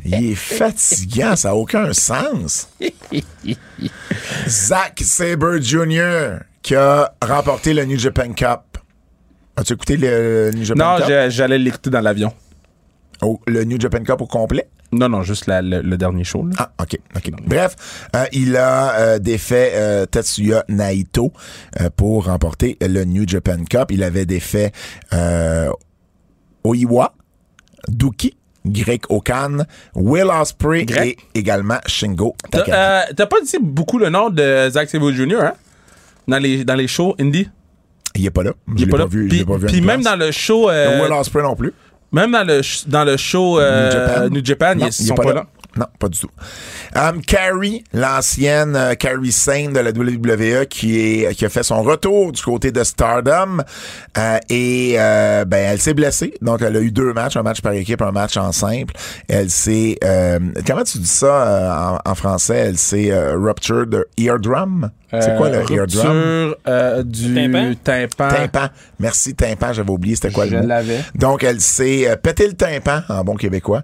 B: Il est fatigant, ça n'a aucun sens. Zach Sabre Jr. qui a remporté le New Japan Cup. As-tu écouté le, le New Japan
C: Non,
B: Cup?
C: j'ai- j'allais l'écouter dans l'avion.
B: Oh, le New Japan Cup au complet?
C: Non, non, juste la- le, le dernier show. là.
B: Ah, OK. ok. Bref, euh, il a euh, défait euh, Tetsuya Naito euh, pour remporter le New Japan Cup. Il avait défait euh, Oiwa, Duki, Greg Okan, Will Ospreay
C: Greg.
B: et également Shingo
C: T'as
B: Takagi.
C: euh, t'as pas dit beaucoup le nom de Zack Sabre Jr., hein? Dans les, dans les shows indie.
B: il est pas là. Je
C: Il est
B: l'ai
C: pas là.
B: vu, je
C: Puis,
B: l'ai pas vu à
C: puis
B: une
C: même
B: place.
C: dans le show. euh,
B: Will Ospreay non plus.
C: même dans le, sh- dans le show euh, New Japan,
B: Non,
C: ils sont pas, là.
B: Non, pas du tout. Um, Carrie, l'ancienne euh, Carrie Sane de la WWE qui, est, qui a fait son retour du côté de Stardom euh, et euh, ben, elle s'est blessée. Donc, elle a eu deux matchs, un match par équipe, un match en simple. Elle s'est... euh, comment tu dis ça euh, en, en français? Elle s'est euh, ruptured eardrum? C'est quoi le
C: Euh,
B: eardrum?
C: rupture, euh, du tympan.
E: Tympan?
B: Tympan. Merci, tympan. J'avais oublié c'était quoi
C: Hein? Je
B: le mot.
C: l'avais.
B: Donc, elle s'est euh, pété le tympan, en bon québécois.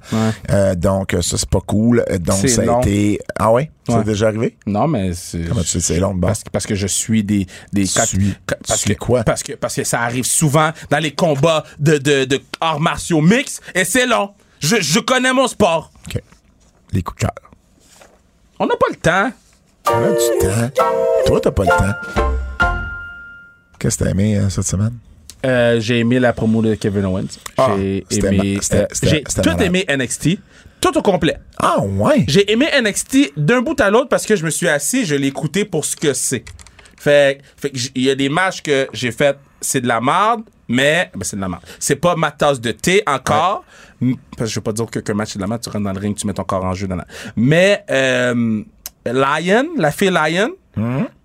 B: Euh, donc, euh, ça, c'est pas cool. Euh, Donc,
C: C'est
B: ça a
C: long.
B: été... Ah ouais? Ça
C: Ouais.
B: C'est déjà arrivé?
C: Non, mais c'est.
B: Comment tu sais, c'est long de base.
C: Parce, que- parce que je suis des. des quand-
B: Suis-
C: quand- parce
B: suis
C: que,
B: quoi?
C: Parce que, parce que ça arrive souvent dans les combats de, de, de arts martiaux mix et c'est long. Je, je connais mon sport.
B: OK. Les coups de cœur.
C: On n'a pas le temps.
B: On a du temps. Toi, t'as pas le temps. Qu'est-ce que t'as aimé euh, cette semaine?
C: Euh, j'ai aimé la promo de Kevin Owens.
B: Ah,
C: J'ai
B: c'était
C: aimé.
B: ma- c'était-
C: euh,
B: c'était-
C: J'ai
B: c'était
C: tout
B: malade.
C: aimé NXT. Tout au complet.
B: Ah ouais?
C: J'ai aimé NXT d'un bout à l'autre parce que je me suis assis, je l'ai écouté pour ce que c'est. Fait, fait que j- il y a des matchs que j'ai fait, c'est de la merde, mais ben, c'est de la merde. C'est pas ma tasse de thé encore. M- Parce que je veux pas dire que, que match c'est de la merde, tu rentres dans le ring, tu mets ton corps en jeu. Dans la... Mais euh, Lion, la fille Lion,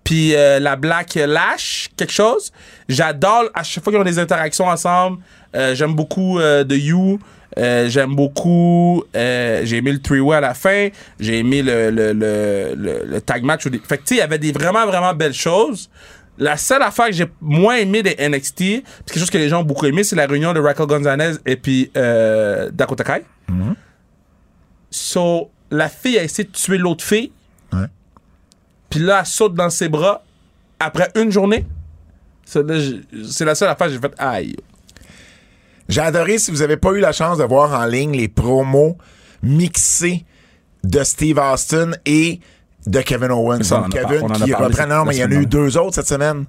C: puis euh, la Black Lash, quelque chose. J'adore à chaque fois qu'ils ont des interactions ensemble. euh, J'aime beaucoup euh, de You. Euh, j'aime beaucoup. euh, j'ai aimé le three-way à la fin. J'ai aimé le, le, le, le- le tag match. au dé- Fait que, tu sais, il y avait des vraiment, vraiment belles choses. La seule affaire que j'ai moins aimé des NXT, c'est quelque chose que les gens ont beaucoup aimé, c'est la réunion de Raquel Gonzalez et puis euh, Dakota Kai. So, la fille a essayé de tuer l'autre fille.
B: Ouais.
C: Puis là, elle saute dans ses bras après une journée. Ça, là, j'ai- C'est la seule affaire que j'ai faite. Aïe.
B: J'ai adoré, si vous n'avez pas eu la chance de voir en ligne les promos mixés de Steve Austin et de Kevin Owens.
C: Ça, on en a par-
B: Kevin
C: on en a
B: qui
C: parlé
B: reprend.
C: cette-
B: Non, mais il y
C: la
B: en a
C: semaine
B: eu deux autres cette semaine.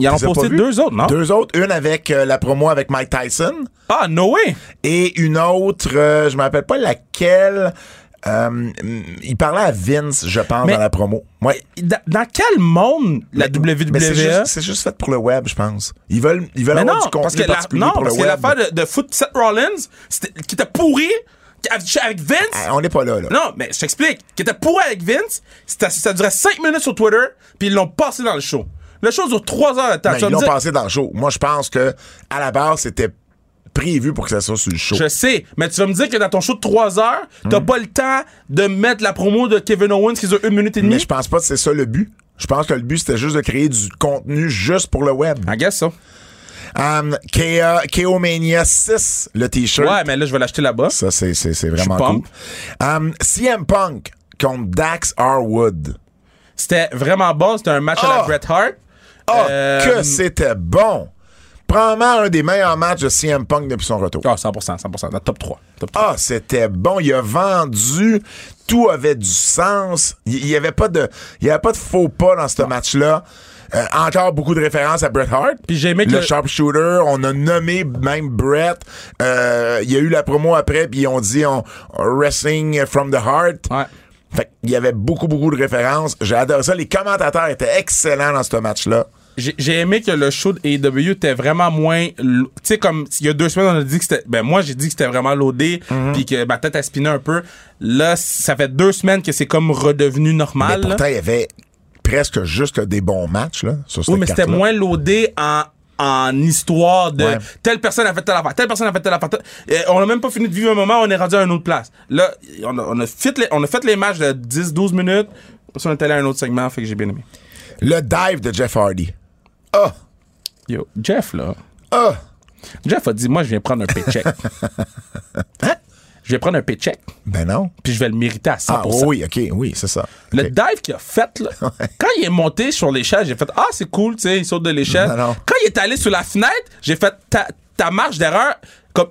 C: Ils en ont
B: Tu les as
C: posté
B: pas vus?
C: deux autres, non?
B: Deux autres. Une avec euh, la promo avec Mike Tyson
C: Ah, no way!
B: et une autre, euh, je ne me rappelle pas laquelle. euh, mm, il parlait à Vince, je pense,
C: Mais-
B: dans la promo. Ouais.
C: Dans, dans quel monde la WWE...
B: Mais c'est juste, c'est juste fait pour le web, je pense. Ils veulent, ils veulent
C: Mais
B: avoir
C: non,
B: du contenu
C: parce que la,
B: particulier
C: non,
B: pour
C: parce
B: le
C: que
B: web.
C: l'affaire de, de foot Seth Rollins, c'était- qui était pourri qui- avec Vince.
B: Ah, On n'est pas là, là.
C: Non, mais je t'explique. Qui était pourri avec Vince, c'était- ça durait 5 minutes sur Twitter, puis ils l'ont passé dans le show. Le show dure 3 heures de temps.
B: Ben,
C: Tu vas
B: ils
C: me
B: l'ont
C: dire-
B: passé dans le show. Moi, je pense que à la base, c'était prévu pour que ça soit sur le show.
C: Je sais, mais tu vas me dire que dans ton show de 3 heures,
B: Hmm.
C: t'as pas le temps de mettre la promo de Kevin Owens qui dure 1 minute et
B: Mais
C: demie.
B: je pense pas que c'est ça le but. Je pense que le but, c'était juste de créer du contenu juste pour le web.
C: I guess ça.
B: Um, Kea- Keomania 6, le T-shirt.
C: Ouais, mais là, je vais l'acheter là-bas.
B: Ça, c'est, c'est, c'est vraiment
C: Je suis
B: cool. Um, CM Punk contre Dax Harwood.
C: C'était vraiment bon. C'était un match à la
B: Ah!
C: Bret Hart.
B: Oh,
C: Euh,
B: que c'était bon! Probablement un des meilleurs matchs de CM Punk depuis son retour.
C: Ah, 100%, 100%, dans le top 3. Top 3.
B: Ah, c'était bon. Il a vendu. Tout avait du sens. Il n'y avait pas de, il y avait pas de faux pas dans ce match-là. Euh, encore beaucoup de références à Bret Hart.
C: Puis j'ai aimé que
B: le
C: le-
B: sharpshooter. On a nommé même Bret. Euh, il y a eu la promo après, puis on dit on, wrestling from the heart.
C: Ouais.
B: Fait qu'il y avait beaucoup, beaucoup de références. J'ai adoré ça. Les commentateurs étaient excellents dans ce match-là.
C: J'ai j'ai aimé que le show de AEW était vraiment moins. lo- Tu sais, comme il y a deux semaines, on a dit que c'était. Ben, moi, j'ai dit que c'était vraiment loadé,
B: Mm-hmm.
C: puis que ma tête a spiné un peu. Là, ça fait deux semaines que c'est comme redevenu
B: Mais
C: normal. Ah, là.
B: pourtant, il y avait presque juste des bons matchs, là, sur cette
C: Oui, mais c'était
B: carte-là.
C: moins loadé en en histoire de
B: Ouais.
C: telle personne a fait telle affaire, telle personne a fait telle affaire. telle- Et on n'a même pas fini de vivre un moment, on est rendu à une autre place. Là, on a, on a fait, les, on a fait les matchs de 10-12 minutes, parce qu'on est allé à un autre segment, fait que j'ai bien aimé.
B: Le dive de Jeff Hardy. Ah!
C: Yo, Jeff, là.
B: Ah!
C: Jeff a dit, moi, je viens prendre un paycheck. Hein? Je vais prendre un paycheck,
B: Ben non.
C: puis je vais le mériter à 100%.
B: Ah oui, OK, oui, c'est ça.
C: Le
B: OK.
C: dive qu'il a fait, là, quand il est monté sur l'échelle, j'ai fait Ah, c'est cool, tu sais, il saute de l'échelle.
B: Non, non.
C: Quand il est allé sur la fenêtre, j'ai fait ta, ta marge d'erreur, comme.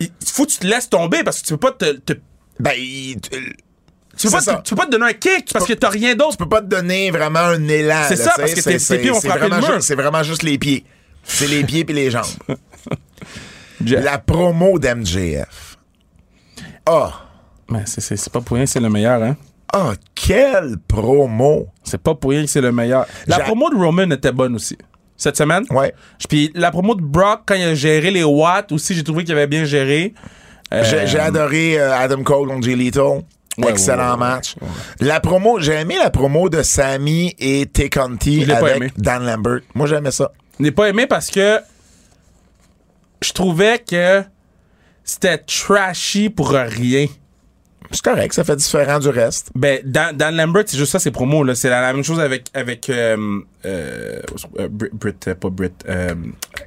C: Il faut que tu te laisses tomber parce que tu peux pas te. te-
B: Ben, il- tu tu
C: tu, peux pas
B: C'est ça.
C: te- tu peux pas te donner un kick parce que t'as rien d'autre.
B: peux pas te donner vraiment un élan.
C: C'est
B: là,
C: ça,
B: tu sais,
C: parce que tes-
B: c'est-
C: tes pieds vont
B: c'est
C: frapper
B: vraiment
C: le mur.
B: ju- C'est vraiment juste les pieds. C'est les pieds puis les jambes.
C: Jeff.
B: La promo d'MJF. Ah!
C: Mais c'est- c'est c'est pas pour rien que c'est le meilleur, hein.
B: Ah, quelle promo!
C: C'est pas pour rien que c'est le meilleur. La
B: J'a-
C: promo de Roman était bonne aussi. Cette semaine.
B: Ouais.
C: Puis la promo de Brock, quand il a géré les watts aussi, j'ai trouvé qu'il avait bien géré. Euh,
B: J'ai j'ai adoré euh, Adam Cole contre Jay Lethal.
C: Ouais,
B: Excellent
C: ouais, ouais,
B: match. La promo, j'ai aimé la promo de Sammy et Tay Conti
C: Je l'ai pas aimé.
B: avec Dan Lambert. Moi, j'aimais ça.
C: Je n'ai pas aimé parce que je trouvais que c'était trashy pour rien.
B: C'est correct, ça fait différent du reste.
C: Ben, Dan, Dan Lambert, c'est juste ça, ses promos. Là. C'est la, la même chose avec, avec euh, euh, euh, Brit, Brit, euh, pas Brit, euh,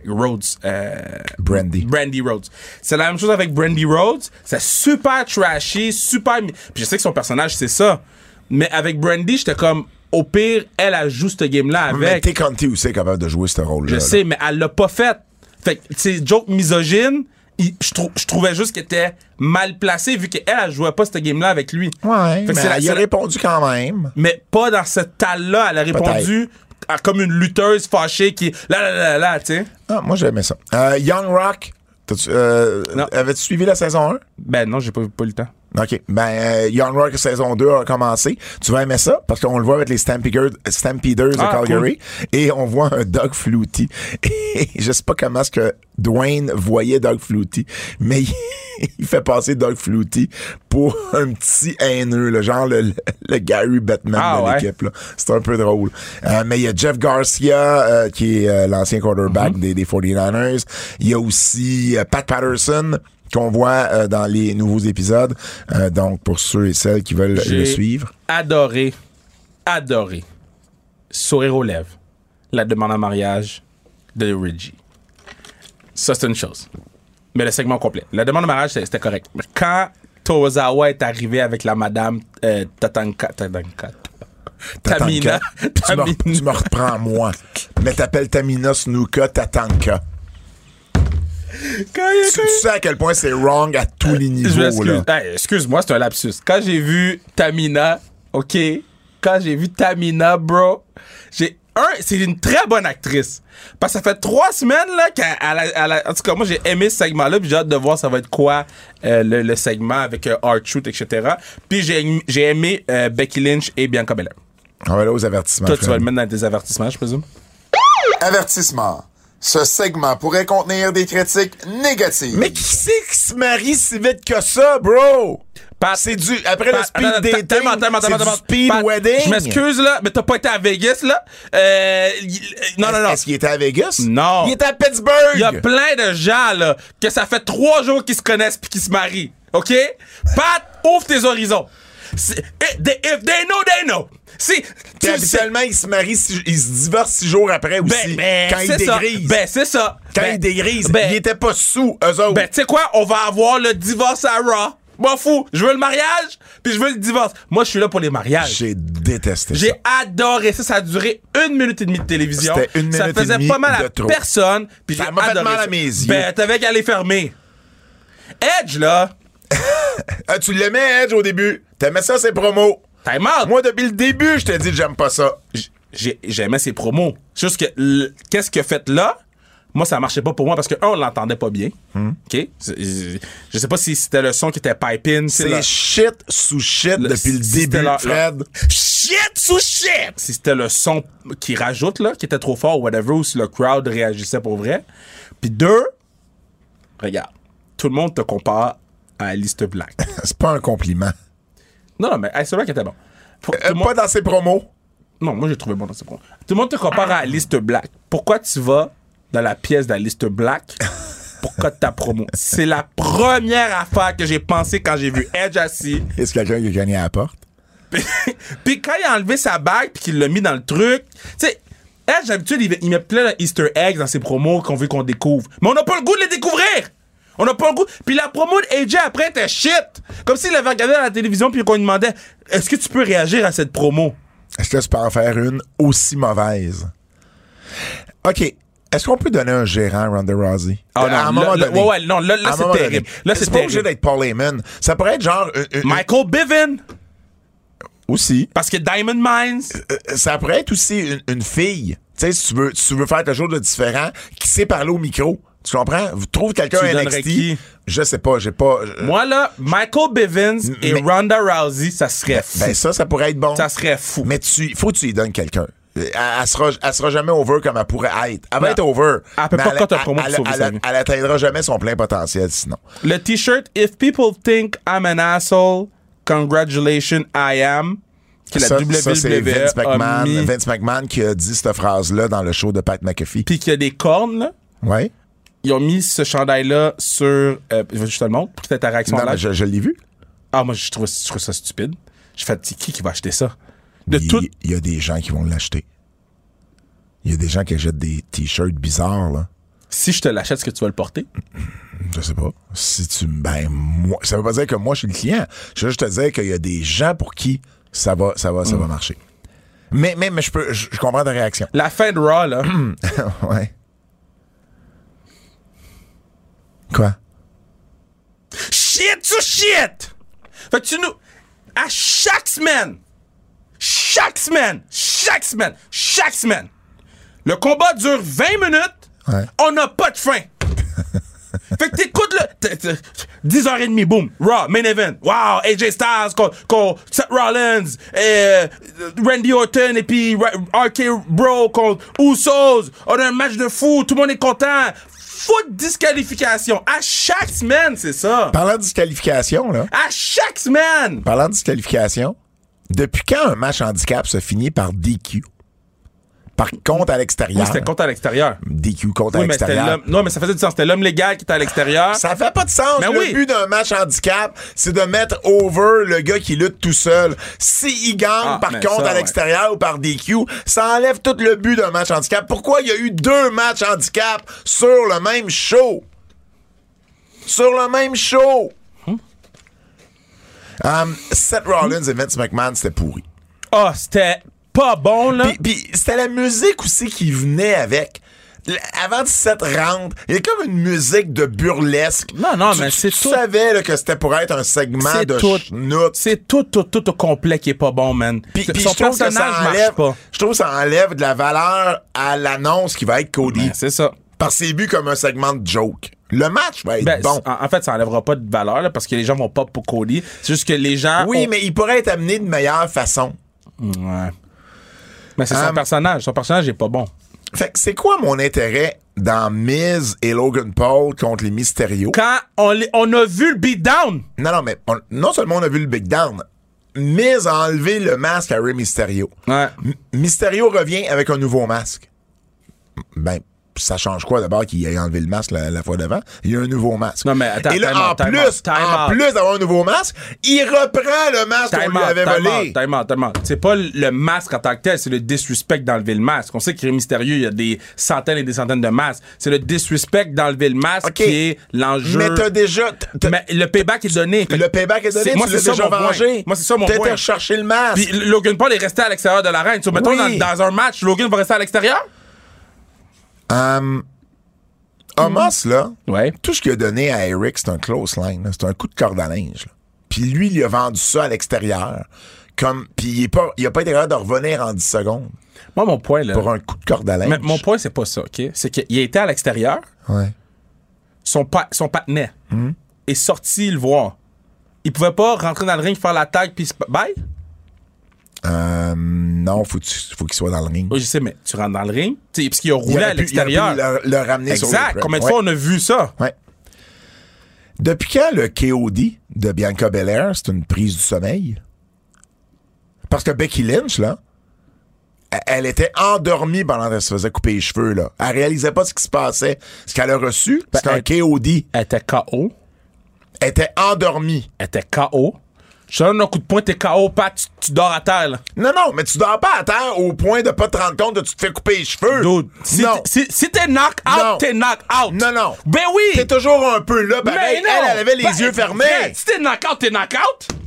C: Rhodes. euh,
B: Brandy.
C: Brandy Rhodes. C'est la même chose avec Brandy Rhodes. C'est super trashy, super. mi- Puis je sais que son personnage, c'est ça. Mais avec Brandy, j'étais comme, au pire, elle a joué ce game-là
B: Mais
C: avec.
B: Tay Conti aussi est capable de jouer ce rôle-là.
C: Je
B: là.
C: sais, mais elle l'a pas fait. Fait que c'est joke misogyne. il- Je, trou- je trouvais juste qu'elle était mal placée vu qu'elle, elle jouait pas ce game-là avec lui.
B: Ouais,
C: Fait que
B: mais
C: c'est la-
B: il
C: c'est
B: a
C: la-
B: répondu quand même.
C: mais pas dans ce tal-là. Elle a répondu à- comme une lutteuse fâchée qui là, là, là, là, là, tu sais.
B: Ah, moi, j'aimais ça. Euh, Young Rock, t'as-tu, euh,
C: Non.
B: avais-tu suivi la saison
C: Ben non, j'ai pas, pas eu le temps.
B: 1? OK. Ben, euh, Young Rock, saison 2 a commencé. Tu vas aimer ça parce qu'on le voit avec les Stampeders, Stampeders
C: Ah,
B: de Calgary et on voit un Doug Flutie. Et je sais pas comment est-ce que Dwayne voyait Doug Flutie, mais il, il fait passer Doug Flutie pour un petit haineux, le genre le, le- le Gary Batman
C: Ah,
B: de
C: ouais.
B: l'équipe. là. C'est un peu drôle. Euh, mais il y a Jeff Garcia, euh, qui est euh, l'ancien
C: Mm-hmm.
B: quarterback des, des 49ers. Il y a aussi euh, Pat Patterson, qu'on voit euh, dans les nouveaux épisodes. Euh, donc, pour ceux et celles qui veulent
C: J'ai
B: le suivre.
C: Adoré, adoré. Sourire aux lèvres. La demande en mariage de Reggie. Ça, c'est une chose. Mais le segment complet. La demande en mariage, c'était c'était correct. Mais quand Tozawa est arrivé avec la madame euh, Tatanka, Tatanka,
B: Tatanka.
C: Tamina,
B: Tu me,
C: Tamina-
B: re- tu me reprends, moi. Mais t'appelles Tamina Snuka Tatanka.
C: Quand il-
B: Tu, tu sais à quel point c'est wrong à tous les
C: Euh, Je
B: niveaux.
C: m'excuse.
B: Là.
C: Hey, Excuse-moi, c'est un lapsus. Quand j'ai vu Tamina, OK, quand j'ai vu Tamina, bro, j'ai... Un, c'est une très bonne actrice. Parce que ça fait trois semaines, là, qu'elle... elle a- elle a- en tout cas, moi, j'ai aimé ce segment-là, puis j'ai hâte de voir ça va être quoi, euh, le, le segment avec euh, R-Truth, etc. Puis j'ai j'ai aimé euh, Becky Lynch et Bianca Belair.
B: On va aller aux avertissements.
C: Toi, tu vas
B: Fred.
C: le mettre dans tes avertissements, je présume?
F: Avertissement. Ce segment pourrait contenir des critiques négatives.
B: Mais qui c'est qui se marie si vite que ça, bro?
C: Pat-
B: C'est du. Après le
C: Pat-
B: speed
C: attends,
B: dating,
C: attends, attends,
B: c'est
C: attends,
B: du
C: attends,
B: speed
C: Pat,
B: wedding.
C: Je m'excuse, là, mais t'as pas été à Vegas, là. Euh, y- non, non, non.
B: Est-ce qu'il était à Vegas?
C: Non.
B: Il était à Pittsburgh.
C: Il y a plein de gens, là, que ça fait trois jours qu'ils se connaissent puis qu'ils se marient. OK? Pat, ouvre tes horizons. C'est- eh, they- If they know, they know. Si,
B: Puis
C: tu sais-
B: habituellement, ils se marient, six- ils se divorcent six jours après aussi.
C: ben, ben,
B: quand ils
C: c'est ça.
B: dégrisent.
C: Ben, c'est ça.
B: quand
C: Ben,
B: ils dégrisent,
C: ben,
B: ils étaient pas sous, eux autres.
C: Ben, tu sais quoi? On va avoir le divorce à Raw. M'en fous. Je veux le mariage, puis je veux le divorce. Moi, je suis là pour les mariages.
B: J'ai détesté
C: J'ai
B: ça.
C: adoré ça. Ça a duré une minute et demie de télévision.
B: C'était une
C: ça
B: minute et
C: faisait
B: demie
C: pas mal
B: de
C: à
B: trop.
C: personne. Puis
B: Ça
C: j'ai
B: m'a fait
C: adoré
B: mal
C: ça.
B: à mes yeux.
C: Ben, t'avais qu'à les fermer. Edge, là.
B: Ah, tu l'aimais, Edge, au début. T'aimais ça, ses promos.
C: Time out.
B: Moi, depuis le début, je t'ai dit que j'aime pas ça.
C: J- j'ai- j'aimais ses promos. C'est Juste que l- qu'est-ce que fait là? Moi, ça marchait pas pour moi parce que, un, on l'entendait pas bien.
B: Hmm.
C: OK? C'est- Je je sais pas si c'était le son qui était pipe-in.
B: C'est shit sous shit depuis le
C: c'était
B: début,
C: leur-
B: Fred.
C: Shit sous shit! Si c'était le son qui rajoute, là, qui était trop fort, whatever, ou si le crowd réagissait pour vrai. Puis deux, regarde, tout le monde te compare à Alice Black.
B: C'est pas un compliment.
C: non, non, mais Alice Black était bon. Faut- tout
B: Euh,
C: le monde-
B: Pas dans ses promos.
C: Non, moi, j'ai trouvé bon dans ce point. Tout le monde te compare à Alice Black. Pourquoi tu vas dans la pièce d'Alice Black pour code ta promo? C'est la première affaire que j'ai pensé quand j'ai vu Edge assis.
B: Est-ce que quelqu'un qui a gagné à la porte?
C: Puis quand il a enlevé sa bague puis qu'il l'a mis dans le truc, tu sais, Edge, d'habitude, il, il met plein de Easter eggs dans ses promos qu'on veut qu'on découvre. Mais on n'a pas le goût de les découvrir! On n'a pas le goût. Puis la promo de AJ après était shit! Comme s'il avait regardé à la télévision puis qu'on lui demandait Est-ce que tu peux réagir à cette promo?
B: Est-ce que tu peux en faire une aussi mauvaise? OK. Est-ce qu'on peut donner un gérant à Ronda Rousey?
C: Ah non,
B: à un moment
C: là- là-
B: donné.
C: ouais, ouais, non, là- là,
B: À un
C: c'est
B: moment donné.
C: terrible. Là, c'est
B: c'est pas obligé
C: terrible.
B: d'être Paul Heyman. Ça pourrait être genre... euh, euh,
C: Michael Bivin!
B: aussi.
C: Parce que Diamond Mines.
B: Euh, ça pourrait être aussi une, une fille. Tu sais, si tu veux, si tu veux faire quelque chose de différent, qui sait parler au micro. Tu comprends? Vous trouvez quelqu'un
C: Tu
B: à
C: donnerais
B: NXT.
C: qui?
B: Je sais pas, j'ai pas. euh,
C: Moi, là, Michael Bivins et
B: Mais-
C: Ronda Rousey, ça serait fou.
B: ben ça, ça pourrait être bon.
C: ça serait fou.
B: Mais tu, faut que tu lui donnes quelqu'un. Euh, Elle, elle sera, elle sera jamais over comme elle pourrait être. Elle
C: Non.
B: va être over.
C: Elle peut
B: mais
C: pas
B: elle-
C: coter un
B: elle-
C: promo pour
B: elle-
C: sauver
B: elle-
C: sa vie.
B: Elle atteindra jamais son plein potentiel sinon.
C: Le t-shirt If people think I'm an asshole, congratulations, I am. Que la
B: ça,
C: WWE
B: ça, c'est Vince
C: a
B: McMahon,
C: mis.
B: Vince McMahon qui a dit cette phrase-là dans le show de Pat McAfee.
C: Puis qu'il y a des cornes, là.
B: Ouais.
C: Ils ont mis ce chandail-là sur. euh, je te le montre pour que t'aies ta réaction
B: Non,
C: en
B: mais
C: live.
B: je, je l'ai vu.
C: Ah, moi, je trouve, je trouve ça stupide. Je fais, qui qui va acheter ça? De
B: il,
C: tout.
B: il y a des gens qui vont l'acheter. Il y a des gens qui achètent des t-shirts bizarres, là.
C: Si je te l'achète, est-ce que tu vas le porter?
B: Je sais pas. Si tu. Ben, moi. Ça veut pas dire que moi, je suis le client. Je veux juste te dire qu'il y a des gens pour qui ça va, ça va, ça
C: Mm.
B: va marcher. Mais, mais, mais je peux. Je, je comprends ta réaction.
C: La fin de Raw, là.
B: ouais. Quoi?
C: shit sur shit! Fait que tu nous. À chaque semaine, chaque semaine, chaque semaine, chaque semaine, le combat dure 20 minutes,
B: Ouais.
C: on n'a pas de fin. fait que t'écoutes le. t- t- 10h30, boum, Raw, Main Event. Wow, AJ Styles contre, contre Seth Rollins, euh, Randy Orton et puis Ra- RK Bro contre Usos. On a un match de fou, tout le monde est content. Foot disqualification. À chaque semaine, c'est ça.
B: Parlant de disqualification, là.
C: À chaque semaine!
B: Parlant de disqualification, depuis quand un match handicap se finit par DQ? Par contre à
C: Oui,
B: l'extérieur.
C: c'était contre à l'extérieur.
B: DQ contre à
C: Oui, mais c'était
B: l'extérieur.
C: l'homme. Non, mais ça faisait du sens. C'était l'homme légal qui était à l'extérieur.
B: Ça fait pas de sens.
C: Mais
B: le
C: Hein? Ben oui.
B: but d'un match handicap, c'est de mettre over le gars qui lutte tout seul. S'il gagne,
C: Ah,
B: par
C: mais
B: contre,
C: ça,
B: à
C: ouais.
B: l'extérieur ou par DQ, ça enlève tout le but d'un match handicap. Pourquoi il y a eu deux matchs handicap sur le même show? Sur le même show!
C: Hmm?
B: Um, Seth Rollins et Vince McMahon, c'était pourri.
C: Ah, c'était pas bon, là.
B: Puis, puis c'était la musique aussi qui venait avec. Le- Avant 17 rounds, il y a comme une musique de burlesque.
C: Non, non,
B: Tu-
C: mais
B: tu-
C: c'est
B: Tu
C: tout.
B: savais là, que c'était pour être un segment
C: C'est
B: de
C: tout.
B: schnout.
C: C'est tout, tout, tout au complet qui est pas bon, man.
B: Puis, puis
C: Son
B: je trouve que
C: personnage
B: ça
C: marche
B: enlève,
C: pas.
B: je trouve que ça enlève de la valeur à l'annonce qui va être Cody.
C: Ben, c'est ça.
B: Parce que c'est vu comme un segment de joke. Le match va être
C: Ben,
B: bon.
C: en, en fait, ça enlèvera pas de valeur, là, parce que les gens vont pas pour Cody. C'est juste que les gens.
B: Oui,
C: ont-
B: mais il pourrait être amené de meilleure façon.
C: Ouais. Mais c'est son
B: Hum.
C: personnage. Son personnage est pas bon.
B: Fait que c'est quoi mon intérêt dans Miz et Logan Paul contre les Mysterio?
C: Quand on, les- on a vu le beatdown,
B: Non, non, mais on- non seulement on a vu le Big Down, Miz a enlevé le masque à Ray Mysterio.
C: Ouais.
B: M- Mysterio revient avec un nouveau masque. Ben, ça change quoi d'abord qu'il ait enlevé le masque la, la fois d'avant? Il y a un nouveau masque.
C: Non, mais attends,
B: Et là,
C: time
B: en,
C: out, time
B: plus,
C: out, time
B: en
C: out.
B: plus d'avoir un nouveau masque, il reprend le masque qu'on
C: Time
B: lui
C: out,
B: avait
C: time
B: volé.
C: out, time out, time out. C'est pas le masque en tant que tel, c'est le disrespect d'enlever le masque. On sait que Mystérieux, il y a des centaines et des centaines de masques. C'est le disrespect d'enlever le masque
B: OK.
C: qui est l'enjeu.
B: Mais t'as déjà. t'as-
C: Mais le payback est donné. Fait
B: le
C: que-
B: payback est donné,
C: C'est- moi,
B: tu
C: c'est
B: l'as
C: ça
B: déjà
C: mon point.
B: vengé.
C: Moi, c'est ça mon
B: T'étais
C: point.
B: recherché le masque.
C: Puis Logan Paul est resté à l'extérieur de l'arène. So, mettons,
B: Oui.
C: dans, dans un match, Logan va rester à l'extérieur?
B: Homos, là,
C: Ouais.
B: tout ce qu'il a donné à Eric, c'est un close line. là. C'est un coup de corde à linge. là. Puis lui, il a vendu ça à l'extérieur. Comme, puis il n'a pas, il a pas été capable de revenir en 10 secondes
C: Moi, mon point, là.
B: pour un coup de corde à linge.
C: Mais mon point, c'est pas ça, OK? C'est qu'il était à l'extérieur,
B: Ouais.
C: son, pa son patinet
B: Hmm.
C: est sorti le voir. Il pouvait pas rentrer dans le ring, faire la tag, puis se- bye?
B: Euh, non, faut, que tu- faut qu'il soit dans le ring.
C: Oui, je sais, mais tu rentres dans le ring, tu sais, parce qu'il a
B: Il
C: roulé
B: aurait
C: à
B: pu- il aurait pu
C: l'extérieur.
B: Le, le ramener sur le
C: Exact.
B: ring.
C: Combien de
B: Ouais.
C: fois on a vu ça?
B: Ouais. Depuis quand le KOD de Bianca Belair, c'est une prise du sommeil? Parce que Becky Lynch, là, e- elle était endormie pendant qu'elle se faisait couper les cheveux, là. Elle réalisait pas ce qui se passait. Ce qu'elle a reçu, c'est un
C: elle-
B: KOD.
C: Elle était KO.
B: Elle était endormie.
C: Elle était KO. Je te donne un coup de poing, t'es KO, Pat, tu, tu dors à terre, là.
B: Non, non, mais tu dors pas à terre au point de pas te rendre compte que tu te fais couper les cheveux.
C: Dude, si,
B: non.
C: si, si t'es knock
B: Non.
C: out, t'es knock out.
B: Non, non.
C: Ben oui.
B: T'es toujours un peu là, pareil.
C: non.
B: Elle, elle avait les
C: Ben,
B: yeux fermés.
C: Fred, si t'es knock out, t'es knock out.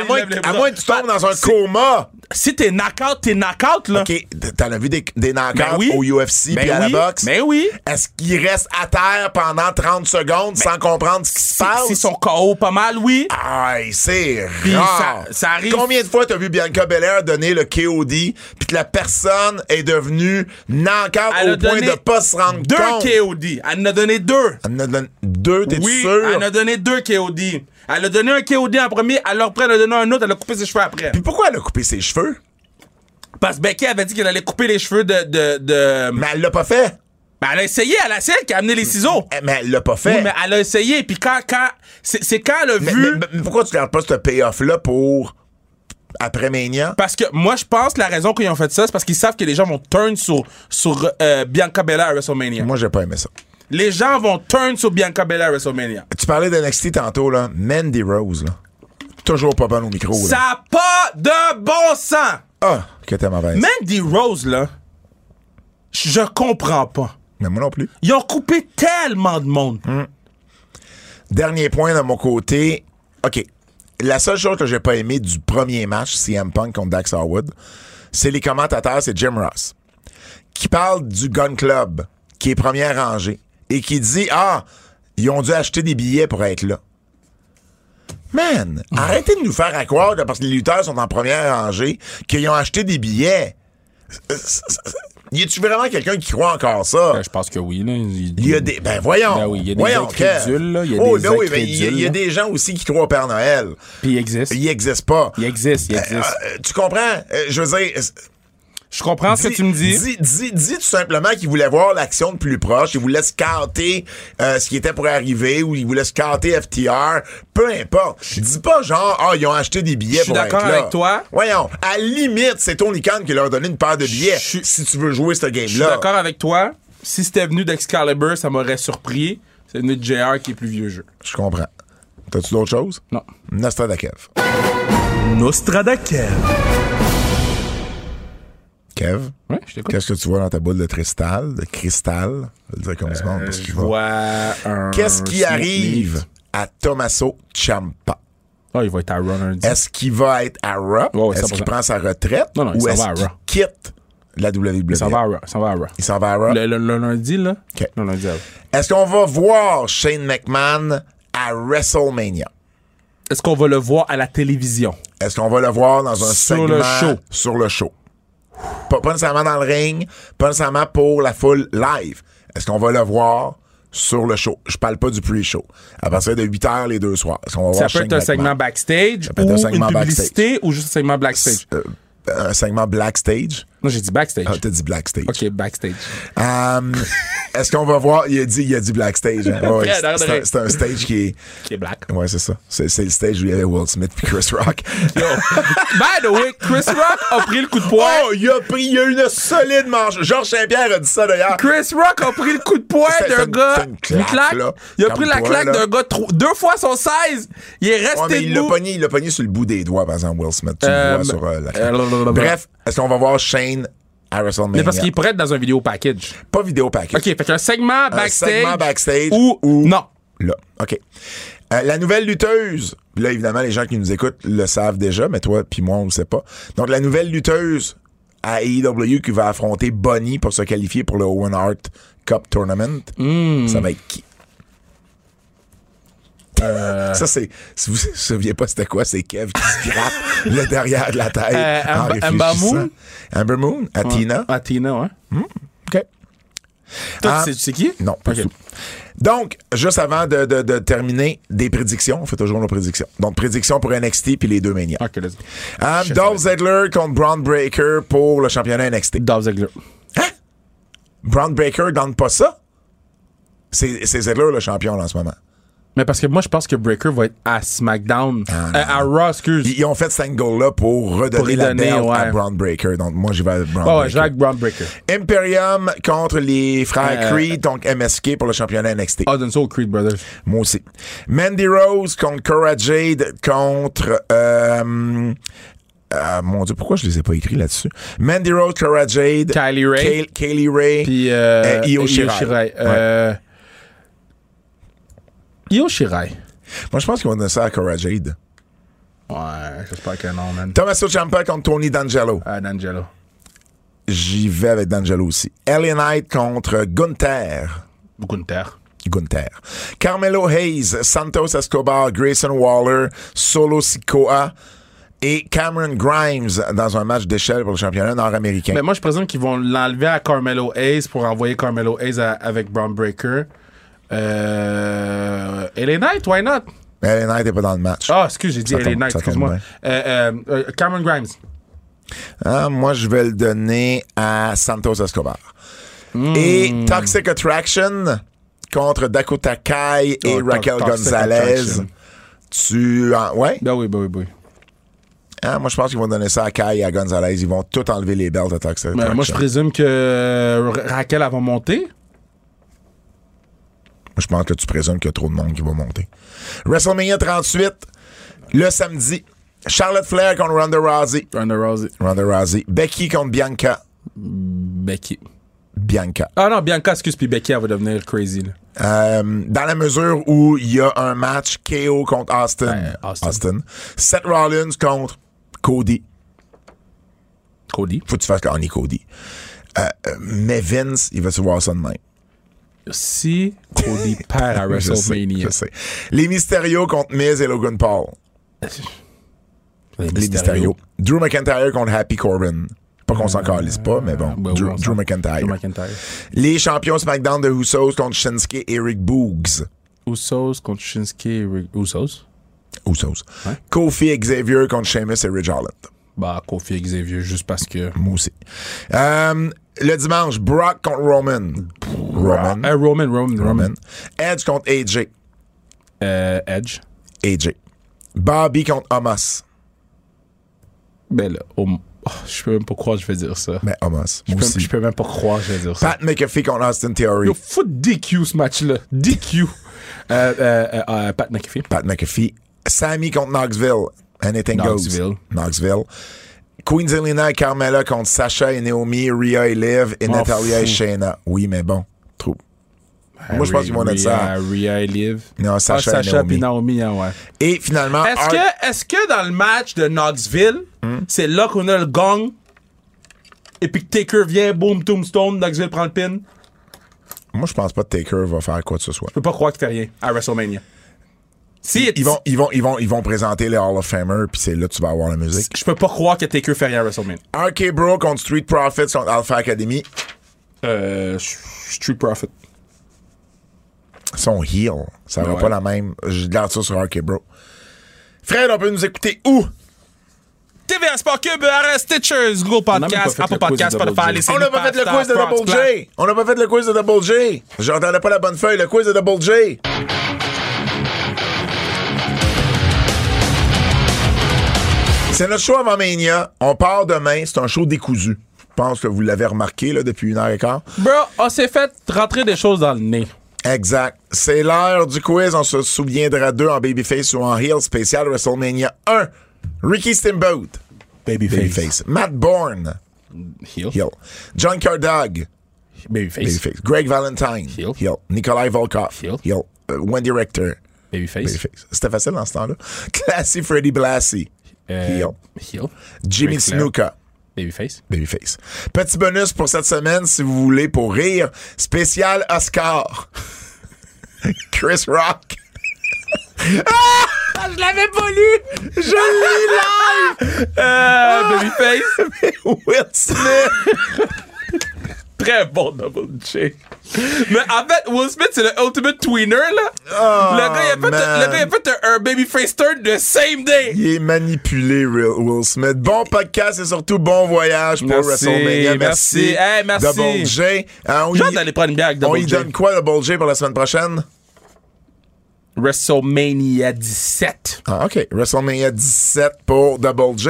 B: À moins, que- à moins que tu tombes dans un
C: Si-
B: coma.
C: Si t'es knock out, t'es knock out, là.
B: OK, t'en as vu des, des knockouts
C: Ben oui.
B: au UFC
C: Ben
B: puis à la
C: oui.
B: boxe.
C: Ben oui.
B: Est-ce qu'il reste à terre pendant 30 secondes
C: Ben
B: sans comprendre ce qui se passe?
C: Si son KO pas mal, oui.
B: Aïe, c'est
C: Puis
B: rare.
C: ça- ça arrive-
B: Combien de fois t'as vu Bianca Belair donner le KOD puis que la personne est devenue knock-out
C: Elle
B: au
C: a
B: point
C: donné
B: de pas se rendre
C: deux
B: compte?
C: KOD. Elle en a donné deux.
B: Elle en a donné deux, t'es
C: oui,
B: sûr?
C: elle en a donné deux KOD. Elle a donné un KOD en premier, alors après elle en a donné un autre, elle a coupé ses cheveux après.
B: Puis pourquoi elle a coupé ses cheveux?
C: Parce que Becky avait dit qu'elle allait couper les cheveux de... de, de...
B: Mais elle l'a pas fait.
C: Ben, elle a essayé, elle a essayé qui a amené les ciseaux.
B: Eh, Mais elle l'a pas fait.
C: Oui, mais elle a essayé, puis quand... quand c'est c'est quand elle a
B: Mais-
C: vu...
B: mais- mais pourquoi tu gardes pas ce payoff-là pour après Mania?
C: Parce que moi, je pense que la raison qu'ils ont fait ça, c'est parce qu'ils savent que les gens vont turn sur, sur euh, Bianca Belair à WrestleMania.
B: Moi, j'ai pas aimé ça.
C: Les gens vont turn sur Bianca Belair à WrestleMania.
B: Tu parlais d'NXT tantôt, là. Mandy Rose, là. Toujours pas bonne au micro, là.
C: Ça n'a pas de bon sens!
B: Ah, que t'es mauvaise.
C: Mandy Rose, là, je comprends pas.
B: Mais moi non plus.
C: Ils ont coupé tellement de monde.
B: Dernier point de mon côté. OK. La seule chose que j'ai pas aimé du premier match CM Punk contre Dax Harwood, c'est les commentateurs, c'est Jim Ross, qui parle du Gun Club, qui est première rangée, et qui dit Ah, ils ont dû acheter des billets pour être là. Man, arrêtez de nous faire à croire que parce que les lutteurs sont en première rangée, qu'ils ont acheté des billets. Euh, Y a-tu vraiment quelqu'un qui croit encore ça?
C: je pense que oui. Là.
B: Il y a des. Ben voyons.
C: Ben oui, il y a des
B: voyons,
C: incrédules,
B: Kev.
C: là, il y a
B: Oh,
C: des
B: ben oui, mais il y a-
C: incrédules,
B: il y a
C: là.
B: des gens aussi qui croient au Père Noël.
C: Puis il existe.
B: Il n'existe pas.
C: Il existe, il
B: Euh,
C: existe.
B: euh, tu comprends? Euh, je veux dire. euh,
C: Je comprends ce que
B: dis-
C: tu me dis.
B: Dis, dis- dis tout simplement qu'il voulait voir l'action de plus proche. Il voulait scanter euh, ce qui était pour arriver ou il voulait scanter FTR. Peu importe. Dis pas genre, ah, ils ont acheté des billets
C: Je suis
B: pour être
C: d'accord
B: là.
C: avec toi.
B: Voyons. À la limite, c'est Tony Khan qui leur a donné une paire de billets
C: Je suis-
B: si tu veux jouer ce game-là.
C: Je suis d'accord avec toi. Si c'était venu d'Excalibur, ça m'aurait surpris. C'est venu de JR qui est plus vieux jeu.
B: Je comprends. T'as-tu d'autres choses?
C: Non.
B: Nostradakev.
C: Nostradakev.
B: Kev,
C: Ouais, je t'écoute.
B: qu'est-ce que tu vois dans ta boule de cristal? De cristal? Je vais le dire comme du monde parce qu'il
C: Je
B: va.
C: Euh, vois un.
B: Qu'est-ce qui
C: sneak
B: arrive
C: peek.
B: à Tommaso Ciampa?
C: Ah, il va être à Runner.
B: Est-ce qu'il va être à Raw?
C: Ouais, ouais,
B: est-ce qu'il
C: 100%.
B: prend sa retraite?
C: Non, non, il
B: ou
C: s'en
B: est-ce
C: va à
B: qu'il
C: Raw.
B: quitte la WWE?
C: Ça va à Raw. Ça va à Raw.
B: Il s'en va à Raw.
C: Le, le- le lundi, là.
B: Ok.
C: Le lundi, avant.
B: Est-ce qu'on va voir Shane McMahon à WrestleMania?
C: Est-ce qu'on va le voir à la télévision?
B: Est-ce qu'on va le voir dans un
C: Sur
B: segment
C: le show.
B: sur le show? Pas, pas nécessairement dans le ring, pas nécessairement pour la foule live. Est-ce qu'on va le voir sur le show? Je parle pas du pre-show. À partir de 8 h les deux soirs. Est-ce qu'on va
C: Ça
B: voir
C: peut
B: Shane
C: être un
B: McMahon?
C: segment backstage
B: peut
C: ou
B: être un
C: une
B: segment
C: publicité ou juste un segment backstage.
B: Euh, un segment Black Stage?
C: Non, j'ai dit backstage.
B: Ah, t'as dit Black Stage.
C: OK, backstage.
B: Um, Est-ce qu'on va voir? Il a dit, il a dit Black Stage. hein. Ouais,
C: Fred,
B: c'est-
C: arrête de
B: c'est un-
C: rire.
B: c'est un, stage qui est.
C: Qui est black.
B: Ouais, c'est ça. C'est c'est le stage où il y avait Will Smith et Chris Rock.
C: By the way, Chris Rock a pris le coup de poing.
B: Oh, il a pris, il a eu une solide manche. Georges Saint-Pierre a dit ça d'ailleurs.
C: Chris Rock a pris le coup de poing
B: C'est- c'est
C: d'un
B: une-
C: gars.
B: c'est une claque, là.
C: Il a
B: Comme
C: pris la
B: toi,
C: claque
B: là.
C: d'un gars trop- deux fois son 16. Il est
B: Ouais, mais
C: resté
B: il l'a
C: debout.
B: pogné, il l'a pogné sur le bout des doigts, par exemple, Will Smith. Tu le
C: Euh,
B: vois sur euh, la
C: euh, blablabla.
B: Bref, est-ce qu'on va voir Shane à WrestleMania?
C: Mais parce qu'il pourrait être dans un vidéo package.
B: Pas vidéo package.
C: OK, fait qu'un segment backstage.
B: segment backstage
C: Ou, non.
B: Là, OK. Euh, la nouvelle lutteuse. Là, évidemment, les gens qui nous écoutent le savent déjà, mais toi puis moi, on le sait pas. Donc, la nouvelle lutteuse à AEW qui va affronter Bonnie pour se qualifier pour le Owen Hart Cup Tournament,
C: Hmm.
B: ça va être qui? Euh, Ça, c'est. Si vous ne saviez pas c'était quoi, c'est Kev qui se gratte le derrière de la tête.
C: Euh,
B: en
C: Amber-
B: réfléchissant.
C: Amber Moon?
B: Amber Moon? Athena?
C: Ah, Tina, ouais.
B: OK.
C: Toi,
B: Hein? Ah.
C: tu sais- tu sais qui?
B: Non, pas
C: OK.
B: du tout. Donc, juste avant de, de- de terminer, des prédictions. On fait toujours nos prédictions. Donc, prédictions pour NXT puis les deux Mania.
C: OK, let's go. Euh,
B: Um, Dolph Ziggler contre Braun Breaker pour le championnat NXT.
C: Dolph Ziggler.
B: Braun Breaker donne pas ça? C'est c'est Ziggler le champion là, en ce moment.
C: Mais parce que moi, je pense que Breaker va être à SmackDown.
B: Ah,
C: Euh, à Raw, excuse.
B: Ils, ils ont fait cette goal-là pour redonner
C: Pour les
B: la
C: donner,
B: belle à
C: ouais.
B: Brown Breaker. Donc, moi, j'y vais avec Brown
C: Ouais, ouais,
B: Breaker.
C: Jacques Brown Breaker.
B: Imperium contre les frères
C: Euh,
B: Creed, donc MSK pour le championnat NXT.
C: Ah, donne ça aux Creed Brothers.
B: Moi aussi. Mandy Rose contre Cora Jade contre. euh, ah, mon Dieu, pourquoi je les ai pas écrits là-dessus? Mandy Rose, Cora Jade.
C: Kylie Ray.
B: Kay- Kaylee Ray.
C: Puis. Euh,
B: Euh, Io
C: Io
B: Shirai.
C: Shirai. Euh, Io Shirai.
B: Moi, je pense qu'on a ça à Cora Jade.
C: Ouais, j'espère que non, man.
B: Tommaso Ciampa contre Tony D'Angelo.
C: Ah, D'Angelo.
B: J'y vais avec D'Angelo aussi. Ellie Knight contre Gunther.
C: Gunther.
B: Gunther. Carmelo Hayes, Santos Escobar, Grayson Waller, Solo Sikoa et Cameron Grimes dans un match d'échelle pour le championnat nord-américain.
C: Mais moi, je présume qu'ils vont l'enlever à Carmelo Hayes pour envoyer Carmelo Hayes à- avec Brown Breaker. Euh, LA Knight, why not?
B: Ellie Knight n'est pas dans le match.
C: Ah, excuse, j'ai dit
B: Ça
C: LA
B: tombe-
C: Knight,
B: ça tombe
C: excuse-moi.
B: bien.
C: Euh, euh, euh, Cameron Grimes.
B: Ah, moi, je vais le donner à Santos Escobar.
C: Hmm.
B: Et Toxic Attraction contre Dakota Kai et
C: Oh, to-
B: Raquel
C: Toxic
B: Gonzalez.
C: Attraction.
B: Tu. ah, ouais?
C: Ben oui, ben oui, ben oui.
B: Ah, moi, je pense qu'ils vont donner ça à Kai et à Gonzalez. Ils vont tout enlever les belts à Toxic Attraction.
C: Mais Euh, Ben, moi, je présume que euh, Ra- Raquel, elle va monter.
B: Moi, je pense que tu présumes qu'il y a trop de monde qui va monter. WrestleMania 38, le samedi. Charlotte Flair contre Ronda Rousey.
C: Ronda Rousey.
B: Ronda Rousey. Becky contre Bianca.
C: Becky.
B: Bianca.
C: Ah non, Bianca, excuse, puis Becky, elle va devenir crazy. là.
B: Euh, dans la mesure où il y a un match KO contre Austin.
C: Ouais, Ben, Austin.
B: Seth Rollins contre Cody.
C: Cody.
B: Faut que tu fasses qu'on est Cody. Euh, euh, mais Vince, il va se voir ça de même.
C: Si Cody perd à
B: Je sais,
C: WrestleMania.
B: je sais. Les Mysterio contre Miz et Logan Paul. Les Mysterio. Drew McIntyre contre Happy Corbin. Pas qu'on s'en calisse pas, mais bon.
C: Euh, Ben oui,
B: Drew,
C: on s'en-
B: Drew McIntyre.
C: Drew McIntyre.
B: Les champions SmackDown de Usos contre Shinsuke et Eric Boogs.
C: Usos contre Shinsuke et Rick- Usos.
B: Usos. Kofi Xavier contre Sheamus et Ridge Holland.
C: Bah, Kofi et Xavier, juste parce que.
B: Moi aussi. Euh, le dimanche, Brock contre Roman. Roman.
C: Euh, Roman, Roman, Roman.
B: Mm. Roman. Edge contre AJ.
C: Euh, Edge.
B: AJ. Bobby contre Amos.
C: Ben là, oh, oh, je peux même pas croire que je vais dire ça.
B: Mais Amos.
C: Je
B: Ben, Moi
C: peux,
B: aussi.
C: je peux même pas croire que je vais dire ça.
B: Pat McAfee contre Austin Theory.
C: Yo, foot DQ ce match-là. DQ. euh, euh, euh, euh, Pat McAfee.
B: Pat McAfee. Sammy contre Knoxville. Anything
C: Knoxville.
B: goes. Knoxville. Queen Zelina et Carmella contre Sacha et Naomi, Rhea et Liv et
C: M'en
B: Natalia et
C: fous.
B: Shayna. Oui, mais bon. Trop.
C: Ben
B: Moi, je pense qu'ils vont
C: Rhea-
B: mettre ça.
C: Rhea et Liv.
B: Non,
C: Ah,
B: Sacha, et
C: Sacha
B: Naomi.
C: puis Naomi, hein, ouais.
B: Et finalement,
C: Est-ce
B: Hart-
C: que, est-ce que dans le match de Knoxville, c'est là qu'on a le gong et puis que Taker vient, boom, tombstone, Knoxville prend le pin? Je
B: moi, je pense pas que Taker va faire quoi que ce soit.
C: peux pas croire qu'il fait rien à WrestleMania. Si,
B: Ils vont, ils vont, ils vont, ils vont présenter les Hall of Famer, puis c'est là que tu vas avoir la musique.
C: Je peux pas croire que Taker fait rien à WrestleMania.
B: RK Bro contre Street Profits contre Alpha Academy.
C: Euh, Street Profit.
B: Son heel. Ça va
C: Ouais.
B: pas la même. Je garde ça sur RK Bro. Fred, on peut nous écouter où?
C: TVA Sport Cube, RS, Stitchers, Google
E: a même pas
C: Podcast,
E: fait
C: Apple
E: le quiz de
C: Podcast,
E: Double
C: Spotify,
E: J.
C: les
B: On n'a pas fait le quiz de Double J. On n'a pas fait le quiz de Double J. J'entendais pas la bonne feuille. Le quiz de Double J. C'est notre show avant Mania. On part demain. C'est un show décousu. Je pense que vous l'avez remarqué là, depuis une heure et quart.
C: Bro, on s'est fait rentrer des choses dans le nez.
B: Exact. C'est l'heure du quiz. On se souviendra d'eux en Babyface ou en Heel spécial WrestleMania 1. Ricky Steamboat. Babyface. Matt Bourne.
C: Heel.
B: Heel. John Cardog.
C: Babyface.
B: Babyface. Greg Valentine.
C: Heel.
B: Nikolai Volkov.
C: Heel.
B: Euh, Wendy Rector.
C: Babyface.
B: Babyface. C'était facile dans ce temps-là. Classy Freddy Blassie.
C: Euh,
B: Heel.
C: Heel.
B: Jimmy
C: Ric Flair.
B: Snuka.
C: Babyface.
B: Babyface. Petit bonus pour cette semaine, si vous voulez, pour rire, spécial Oscar. Chris Rock.
C: Je l'avais pas lu!
B: Je lis
C: Euh, Babyface.
B: live! Will Smith!
C: Très bon Double J. Mais en fait, Will Smith, c'est le ultimate tweener, là.
B: Oh,
C: le, gars, il a fait
B: man.
C: un- le gars, il a fait un, un Babyface turn the same day.
B: Il est manipulé, Will Will Smith. Bon podcast et surtout bon voyage pour
C: Merci,
B: WrestleMania. Merci.
C: merci. Hey, merci.
B: Double J. Hein, on
C: J'ai hâte
B: y-
C: d'aller prendre une bière avec
B: on
C: Double
B: y
C: J.
B: donne quoi, Double J, pour la semaine prochaine?
C: WrestleMania 17.
B: Ah, OK. WrestleMania 17 pour Double J.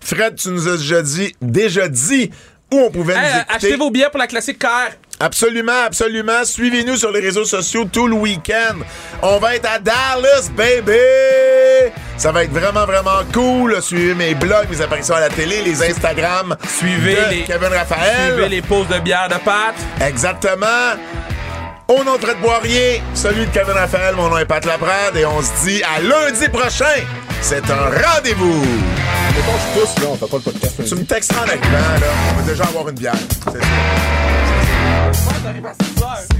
B: Fred, tu nous as déjà dit, déjà dit où on pouvait
C: Hey,
B: nous
C: euh,
B: écouter.
C: achetez vos billets pour la classique car.
B: Absolument, absolument. Suivez-nous sur les réseaux sociaux tout le week-end. On va être à Dallas, baby! Ça va être vraiment, vraiment cool. Suivez mes blogs, mes apparitions à la télé, les Instagram.
C: Suivez
B: de
C: les-
B: Kevin Raphaël.
C: Suivez les pauses de bière de pâte.
B: Exactement. Au nom de Fred Boirier, celui de Kevin Raphaël, mon nom est Pat Laprade et on se dit à lundi prochain. C'est un rendez-vous.
F: je pousse, là, on fait pas le podcast.
B: Tu me textes en là. On va déjà avoir une bière. C'est sûr.
C: Ouais, t'arrives à six heures.